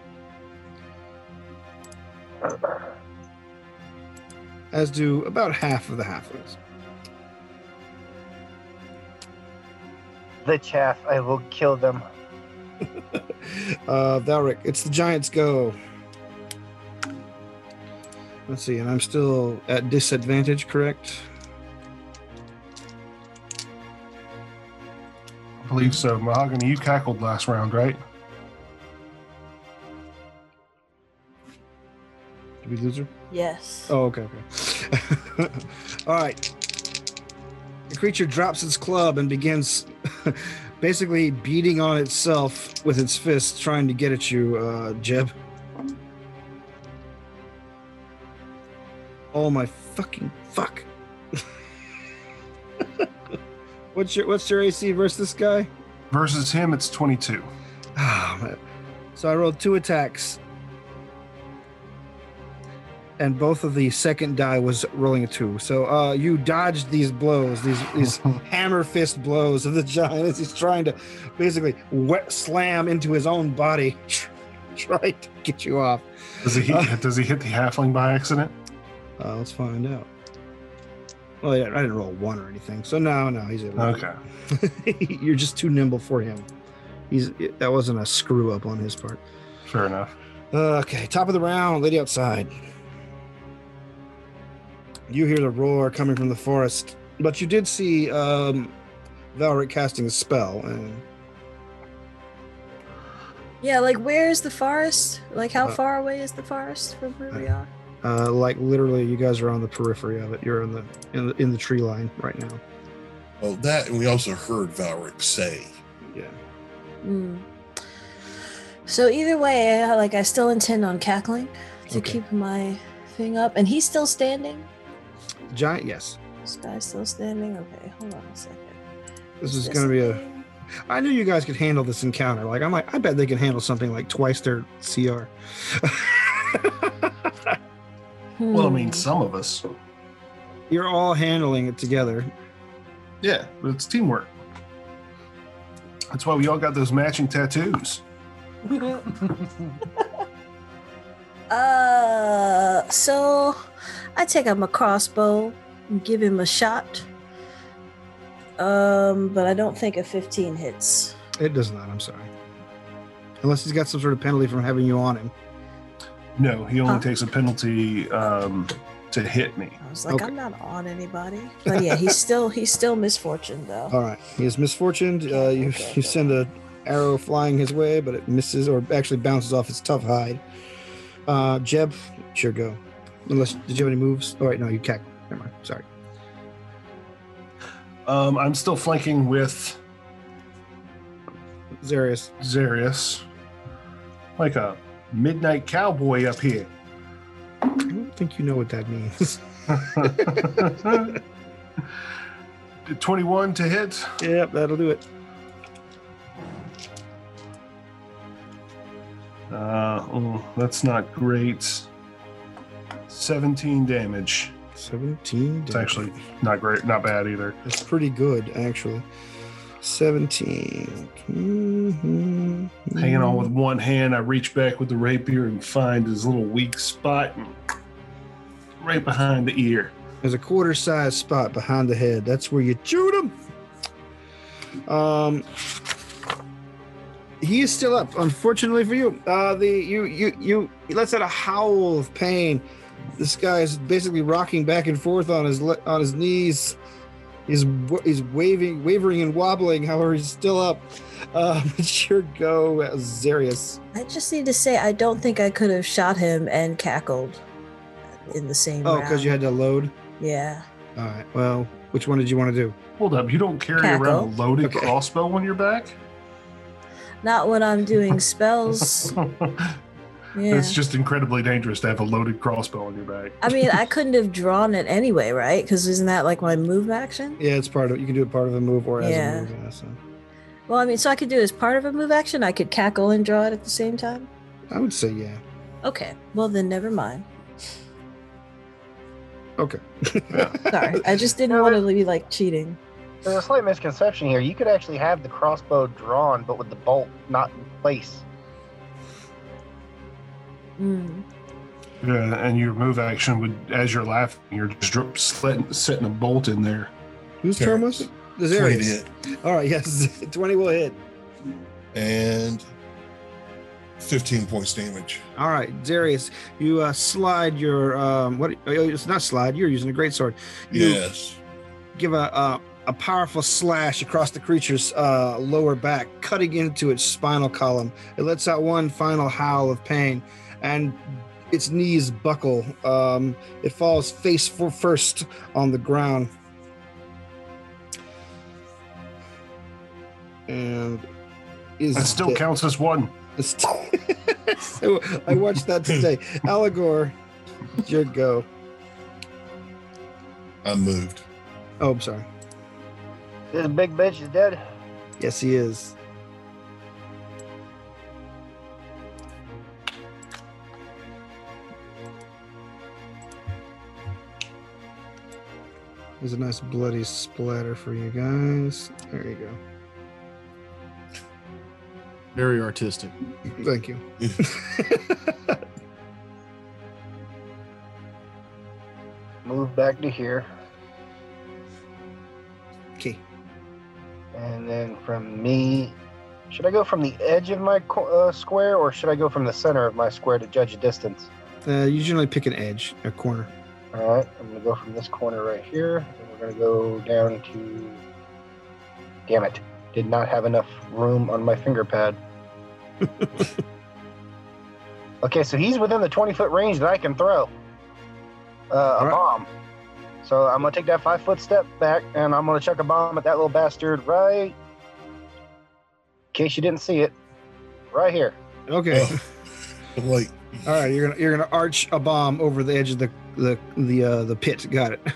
Speaker 1: as do about half of the halflings.
Speaker 5: The chaff, I will kill them.
Speaker 1: Uh, Valric, it's the Giants' go. Let's see, and I'm still at disadvantage, correct?
Speaker 4: I believe so. Mahogany, you cackled last round, right?
Speaker 1: Did we lose her?
Speaker 3: yes.
Speaker 1: Oh, okay, okay. All right. The creature drops its club and begins basically beating on itself with its fists, trying to get at you, uh, Jeb. Oh my fucking fuck! what's your what's your AC versus this guy?
Speaker 4: Versus him, it's 22.
Speaker 1: Ah, man. so I rolled two attacks. And both of the second die was rolling a two. So uh, you dodged these blows, these these hammer fist blows of the giant as he's trying to basically wet slam into his own body, trying to get you off.
Speaker 4: Does he hit, does he hit the halfling by accident?
Speaker 1: Uh, let's find out. Well, yeah, I didn't roll one or anything. So no, no, he's able to-
Speaker 4: Okay.
Speaker 1: You're just too nimble for him. He's that wasn't a screw up on his part.
Speaker 4: Fair enough.
Speaker 1: Okay, top of the round, lady outside. You hear the roar coming from the forest, but you did see um, Valric casting a spell. And
Speaker 3: Yeah, like where is the forest? Like how
Speaker 1: Uh,
Speaker 3: far away is the forest from where we are?
Speaker 1: uh, like literally, you guys are on the periphery of it. You're in the in the, in the tree line right now.
Speaker 6: Well, that and we also heard Valric say,
Speaker 1: Yeah.
Speaker 3: Mm. So either way, I- like I still intend on cackling to
Speaker 1: Okay.
Speaker 3: keep my thing up, and he's still standing.
Speaker 1: Giant, yes.
Speaker 3: This guy's still standing. Okay, hold on a second.
Speaker 1: This is going to be a. I knew you guys could handle this encounter. Like I'm like, I bet they can handle something like twice their CR.
Speaker 4: Well, I mean, some of us.
Speaker 1: You're all handling it together.
Speaker 4: Yeah, but it's teamwork. That's why we all got those matching tattoos.
Speaker 3: Hmm. Uh, so I take out my crossbow and give him a shot. Um, but I don't think a 15 hits.
Speaker 1: It does not. I'm sorry. Unless he's got some sort of penalty from having you on him.
Speaker 4: No, he only
Speaker 3: Huh?
Speaker 4: takes a penalty um, to hit me.
Speaker 3: I was like,
Speaker 1: Okay.
Speaker 3: I'm not on anybody. But yeah, he's still he's still misfortune though.
Speaker 1: All right. He is misfortuned. Uh, you
Speaker 3: Okay.
Speaker 1: you send a arrow flying his way, but it misses or actually bounces off his tough hide. Uh, Jeb, sure go. Unless did you have any moves? All right, no, you cack. Never mind. Sorry.
Speaker 4: Um, I'm still flanking with
Speaker 1: Zarius.
Speaker 4: Zarius. like a midnight cowboy up here.
Speaker 1: I don't think you know what that means.
Speaker 4: 21 to hit.
Speaker 1: yep, that'll do it.
Speaker 4: Uh, oh, that's not great. 17 damage.
Speaker 1: 17. damage.
Speaker 4: It's actually not great, not bad either.
Speaker 1: That's pretty good, actually. 17. Mhm.
Speaker 4: Hanging on with one hand, I reach back with the rapier and find his little weak spot and right behind the ear.
Speaker 1: There's a quarter size spot behind the head. That's where you shoot him. Um, he is still up. Unfortunately for you, uh, the you you you he lets out a howl of pain. This guy is basically rocking back and forth on his le- on his knees. He's wa- he's waving, wavering and wobbling. However, he's still up. Uh, it's your go, Zarius.
Speaker 3: I just need to say I don't think I could have shot him and cackled in the same.
Speaker 1: Oh, because you had to load.
Speaker 3: round. Yeah.
Speaker 1: All right. Well, which one did you want to do?
Speaker 4: Hold up, you don't carry around a loaded
Speaker 1: Okay.
Speaker 4: crossbow on your back?
Speaker 3: Not when I'm doing spells. Yeah.
Speaker 4: It's just incredibly dangerous to have a loaded crossbow on your back.
Speaker 3: I mean, I couldn't have drawn it anyway, right? Because isn't that like my move action?
Speaker 1: Yeah, it's part of. You can do it part of a move or as
Speaker 3: Yeah.
Speaker 1: a move. Yeah, so.
Speaker 3: Well, I mean, so I could do it as part of a move action. I could cackle and draw it at the same time.
Speaker 1: I would say yeah.
Speaker 3: Okay. Well, then never mind.
Speaker 1: Okay.
Speaker 3: Sorry. I just didn't want to be like cheating.
Speaker 5: There's a slight misconception here. You could actually have the crossbow drawn, but with the bolt not in place.
Speaker 3: Mm.
Speaker 4: Yeah, and your move action would, as you're laughing, you're just dro- slit, setting a bolt in there.
Speaker 1: Whose turn was it? The
Speaker 6: Twenty to
Speaker 1: Zarius.
Speaker 6: hit.
Speaker 1: All right. Yes, twenty will hit.
Speaker 6: And fifteen points damage.
Speaker 1: All right, Zarius, you uh, slide your um, what? oh, It's not slide. You're using a great sword. You
Speaker 6: Yes.
Speaker 1: give a, a a powerful slash across the creature's uh, lower back, cutting into its spinal column. It lets out one final howl of pain, and its knees buckle. Um, it falls face for first on the ground. And is
Speaker 4: That still
Speaker 1: dead.
Speaker 4: counts as one.
Speaker 1: so I watched that today. Allegor, your go.
Speaker 6: I moved.
Speaker 1: Oh, I'm sorry.
Speaker 5: This big bitch is dead.
Speaker 1: Yes, he is. There's a nice bloody splatter for you guys. There you go.
Speaker 2: Very artistic.
Speaker 1: Thank you.
Speaker 5: Move back to here.
Speaker 1: Okay.
Speaker 5: And then from me, should I go from the edge of my co- uh, square or should I go from the center of my square to judge a distance?
Speaker 1: Uh, you generally pick an edge, a corner.
Speaker 5: All right, I'm gonna go from this corner right here, and we're gonna go down to. Damn it! Did not have enough room on my finger pad. okay, so he's within the 20 foot range that I can throw uh, a
Speaker 1: right.
Speaker 5: bomb. So I'm gonna take that five foot step back, and I'm gonna chuck a bomb at that little bastard right. In case you didn't see it, right here.
Speaker 1: Okay.
Speaker 6: Oh, like
Speaker 1: All right, you're gonna you're gonna arch a bomb over the edge of the the the uh, the pit. Got it.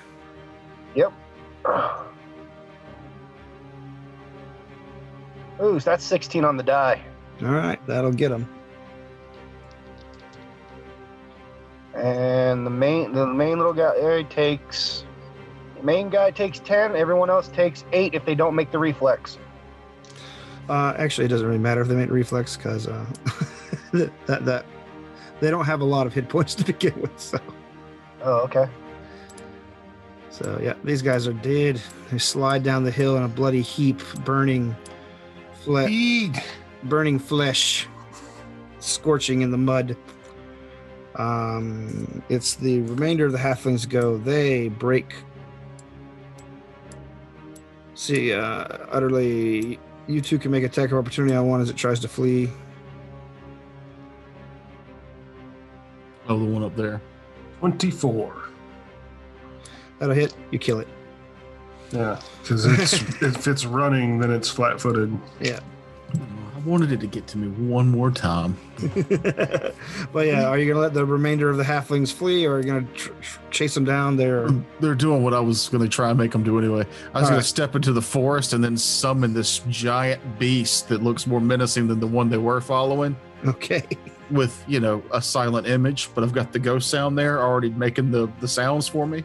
Speaker 5: Ooh, so that's 16 on the die.
Speaker 1: All right, that'll get him.
Speaker 5: And the main the main little guy there takes main guy takes ten, everyone else takes eight if they don't make the reflex.
Speaker 1: Uh, actually, it doesn't really matter if they make reflex because uh, that, that that they don't have a lot of hit points to begin with. So
Speaker 5: Oh, okay.
Speaker 1: so yeah, these guys are dead. They slide down the hill in a bloody heap, burning, fle-
Speaker 4: Eat.
Speaker 1: burning flesh, scorching in the mud. Um, it's the remainder of the halflings go. They break. See, uh, utterly, you two can make attack of opportunity on one as it tries to flee.
Speaker 2: Oh, the one up there.
Speaker 4: 24.
Speaker 1: That'll hit. You kill it.
Speaker 4: Yeah, because it's if it's running, then it's flat-footed.
Speaker 2: Oh, I wanted it to get to me one more time.
Speaker 1: but yeah, are you gonna let the remainder of the halflings flee, or are you gonna tr- tr- chase them down there?
Speaker 2: They're doing what I was going to try and make them do anyway. I was
Speaker 1: All
Speaker 2: going
Speaker 1: right.
Speaker 2: to step into the forest and then summon this giant beast that looks more menacing than the one they were following
Speaker 1: Okay.
Speaker 2: with, you know, a silent image. But I've got the ghost sound there already making the, the sounds for me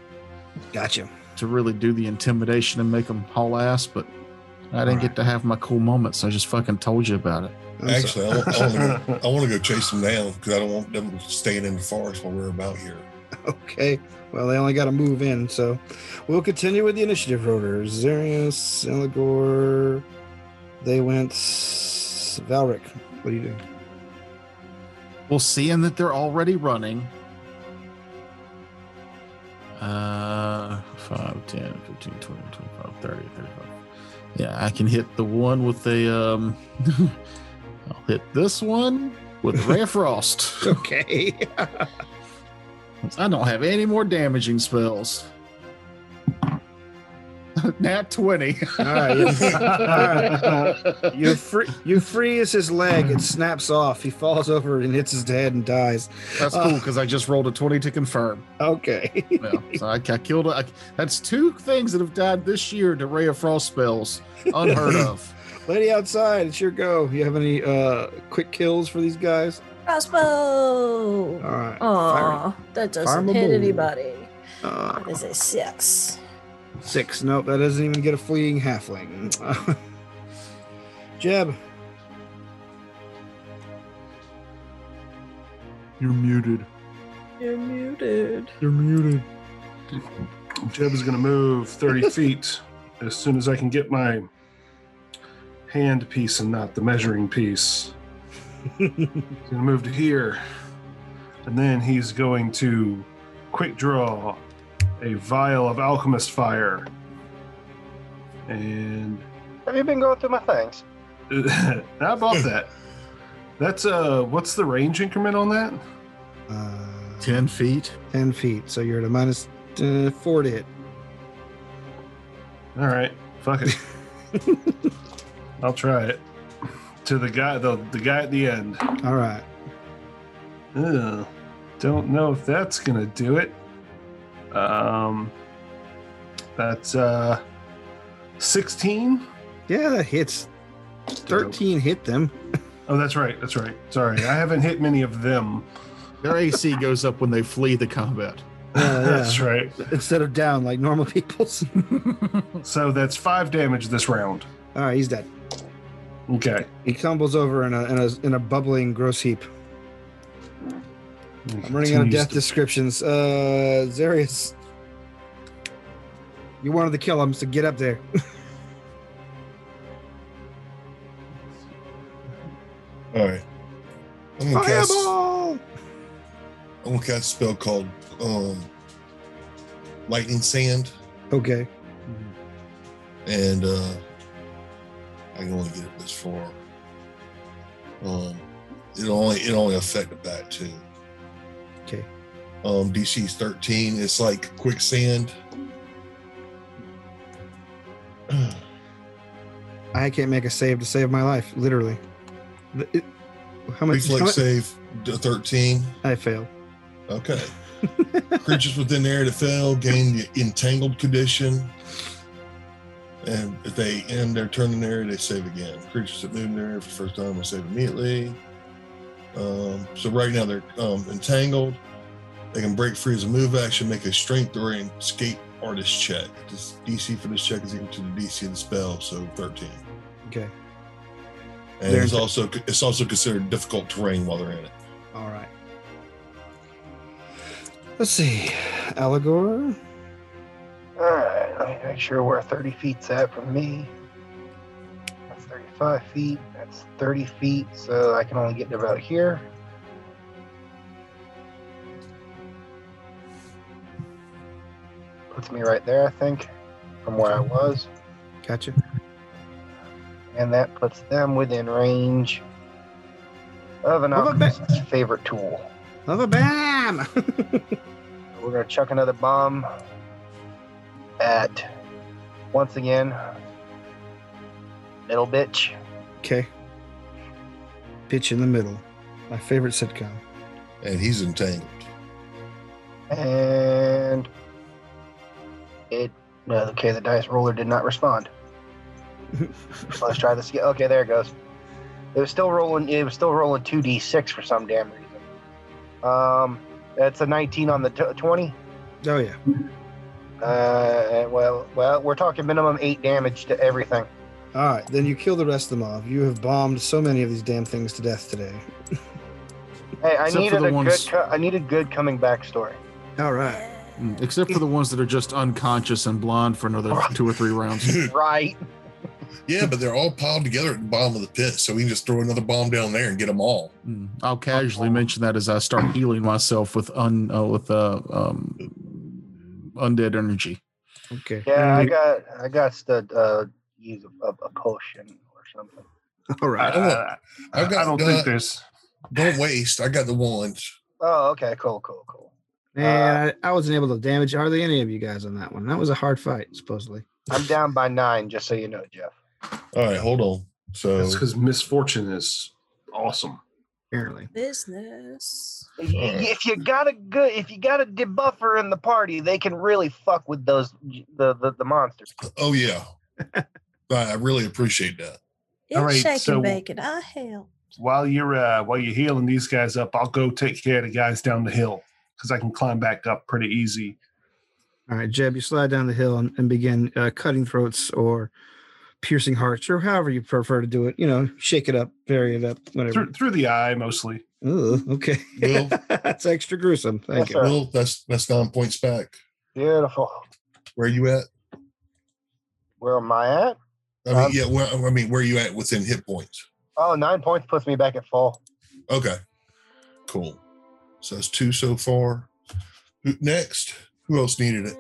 Speaker 1: Gotcha.
Speaker 2: to really do the intimidation and make them haul ass. But I didn't
Speaker 1: All
Speaker 2: get to have my cool moments. I just fucking told you about it.
Speaker 1: I'm sorry.
Speaker 6: Actually, I want, I, want to go, I want to go chase them down because I don't want them staying in the forest while we're about here.
Speaker 1: Okay. Well, they only got to move in, so we'll continue with the initiative order. Zarius, Eligor, they went. s- Valric, what are you doing?
Speaker 2: Well, seeing that they're already running. Uh, 5, 10, 15, 20, 25, 30, 35. Yeah, I can hit the one with the. Um, I'll hit this one with Ray of Frost.
Speaker 1: Okay.
Speaker 2: I don't have any more damaging spells. Nat 20.
Speaker 1: All right. yeah. All right. You free, you freeze his leg. It snaps off. He falls over and hits his head and dies.
Speaker 2: That's cool because I just rolled a 20 to confirm.
Speaker 1: Okay.
Speaker 2: Yeah, so I, I killed. I, that's two things that have died this year to Ray of Frost spells. Unheard of.
Speaker 1: Lady outside, it's your go. You have any uh quick kills for these guys?
Speaker 3: Crossbow.
Speaker 1: All right.
Speaker 3: Aw, that doesn't
Speaker 1: Fire 'em
Speaker 3: hit
Speaker 1: all.
Speaker 3: anybody.
Speaker 1: Uh,
Speaker 3: This
Speaker 4: Uh-huh.
Speaker 3: is six.
Speaker 1: six. Nope, that doesn't even get a fleeing halfling. Jeb,
Speaker 2: You're muted.
Speaker 3: You're muted.
Speaker 2: You're muted.
Speaker 4: Jeb is going to move 30 feet as soon as I can get my hand piece and not the measuring piece. He's going to move to here. And then he's going to quick draw a vial of alchemist fire. And
Speaker 5: Have you been going through my things?
Speaker 4: how about that? That's uh, what's the range increment on that?
Speaker 1: uh,
Speaker 2: 10 feet.
Speaker 1: 10 feet. So you're at a minus uh, four to hit.
Speaker 4: All right, fuck it. I'll try it. To the guy, the the guy at the end.
Speaker 1: All right.
Speaker 4: Ugh, don't know if that's gonna do it. Um, that's uh, sixteen.
Speaker 1: Yeah, that hits. 13 hit them.
Speaker 4: Oh, that's right. That's right. Sorry, I haven't hit many of them.
Speaker 2: Their AC goes up when they flee the combat.
Speaker 1: Yeah,
Speaker 4: that's
Speaker 1: yeah.
Speaker 4: right.
Speaker 1: Instead of down like normal people's.
Speaker 4: So that's five damage this round.
Speaker 1: All right, he's dead.
Speaker 4: Okay.
Speaker 1: He tumbles over in a, in a, in a bubbling, gross heap. I'm running out of death descriptions. Uh, Zarius, you wanted to kill him, so get up there.
Speaker 6: All right. I'm gonna cast.
Speaker 1: Fireball!
Speaker 6: I'm gonna cast a spell called um, lightning sand,
Speaker 1: Okay.
Speaker 6: and uh, I can only get it this far. Um, it only it only affected that too.
Speaker 1: Okay.
Speaker 6: Um, DC's 13. It's like quicksand.
Speaker 1: I can't make a save to save my life, literally. The- it- how much? how
Speaker 6: Reflex
Speaker 1: much-
Speaker 6: save d- 13.
Speaker 1: I failed.
Speaker 6: Okay. Creatures within the area that fail gain the entangled condition. And if they end their turn in the area, they save again. Creatures that move in the area for the first time will save immediately. Um, so right now they're um, entangled. They can break free as a move action, make a strength or an escape artist check. This DC for this check is equal to the DC of the spell, so 13.
Speaker 1: Okay.
Speaker 6: And
Speaker 1: They're
Speaker 6: it's
Speaker 1: ent-
Speaker 6: also it's also considered difficult terrain while they're in it.
Speaker 1: All right. Let's see. Allegor.
Speaker 5: All right, let me make sure where 30 feet's at from me. That's 35 feet. That's 30 feet, so I can only get to about here. Puts me right there, I think, from where I was.
Speaker 1: Gotcha.
Speaker 5: And that puts them within range of an
Speaker 1: Well, the ba-
Speaker 5: alchemist's favorite tool.
Speaker 1: Love a bam!
Speaker 5: We're gonna chuck another bomb at once again little bitch.
Speaker 1: okay. Pitch in the middle. My favorite sitcom.
Speaker 6: and he's entangled.
Speaker 5: And it. no, Okay, the dice roller did not respond. so let's try this again. Okay, there it goes. It was still rolling. It was still rolling two d six for some damn reason. Um, that's a nineteen on the t- twenty.
Speaker 1: Oh yeah.
Speaker 5: Uh, well, well, we're talking minimum eight damage to everything.
Speaker 1: All right, then you kill the rest of the mob. You have bombed so many of these damn things to death today.
Speaker 5: Hey, I
Speaker 7: Except for
Speaker 5: needed
Speaker 7: the
Speaker 5: a
Speaker 7: ones-
Speaker 5: good. Co- I needed good coming back story.
Speaker 1: All right.
Speaker 7: Mm, Except for the ones that are just unconscious and blind for another two or three rounds.
Speaker 5: Right.
Speaker 6: yeah, but they're all piled together at the bottom of the pit, so we can just throw another bomb down there and get them all.
Speaker 7: Mm, I'll casually mention that as I start healing myself with un uh, with uh, um, undead energy.
Speaker 1: Okay.
Speaker 5: Yeah, I
Speaker 7: Mm-hmm.
Speaker 5: got. I got to uh, use a, a, a potion or something.
Speaker 1: All right.
Speaker 6: I don't-
Speaker 4: Uh, I,
Speaker 6: I've got
Speaker 4: don't
Speaker 6: the-
Speaker 4: think there's.
Speaker 6: Don't waste. I got the ones.
Speaker 5: Oh, okay. Cool. Cool. Cool.
Speaker 1: Uh, Man, I, I wasn't able to damage hardly any of you guys on that one. That was a hard fight, supposedly.
Speaker 5: I'm down by nine, just so you know, Jeff.
Speaker 6: All right, hold on. So
Speaker 4: That's because misfortune is awesome.
Speaker 1: Apparently.
Speaker 3: Business.
Speaker 5: Y- If you got a good, if you got a debuffer in the party, they can really fuck with those the the, the monsters.
Speaker 6: Oh yeah. I I really appreciate that.
Speaker 3: It's
Speaker 4: All right,
Speaker 3: shaking
Speaker 4: so-
Speaker 3: bacon. I help.
Speaker 4: While you're uh, while you're healing these guys up, I'll go take care of the guys down the hill because I can climb back up pretty easy.
Speaker 1: All right, Jeb, you slide down the hill and, and begin uh, cutting throats or piercing hearts or however you prefer to do it. You know, shake it up, bury it up, whatever.
Speaker 4: Through, through the eye mostly.
Speaker 1: Ooh, okay.
Speaker 6: Will.
Speaker 1: That's extra gruesome. Thank you.
Speaker 5: Yes, sir.
Speaker 6: Well, that's that's nine points back.
Speaker 5: Beautiful.
Speaker 6: Where are you at?
Speaker 5: Where am I at?
Speaker 6: I mean,
Speaker 5: Um,
Speaker 6: yeah. Where, I mean, where are you at within hit points?
Speaker 5: Oh, nine points puts me back at full.
Speaker 6: Okay. Cool. So that's two so far. Who next? Who else needed it?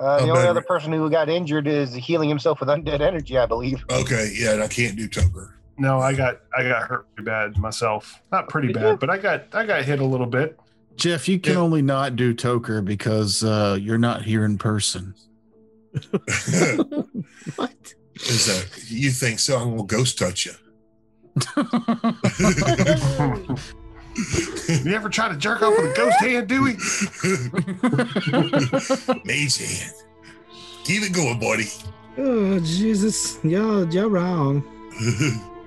Speaker 5: Uh, the
Speaker 6: Oh,
Speaker 5: only
Speaker 6: better.
Speaker 5: other person who got injured is healing himself with undead energy, I believe.
Speaker 7: Oh,
Speaker 6: Okay. Yeah, and I can't do Tucker.
Speaker 4: No, I got I got hurt pretty bad myself. Not pretty
Speaker 5: Did
Speaker 4: bad,
Speaker 5: you?
Speaker 4: but I got I got hit a little bit.
Speaker 7: Jeff, you can
Speaker 6: Yeah.
Speaker 7: only not do Toker because uh, you're not here in person.
Speaker 1: What?
Speaker 6: Is that you think so? I'm gonna ghost touch you.
Speaker 4: You ever try to jerk off with a ghost hand, Dewey?
Speaker 6: Mage hand. Keep it going, buddy.
Speaker 1: Oh, Jesus. Y'all, y'all wrong.
Speaker 6: All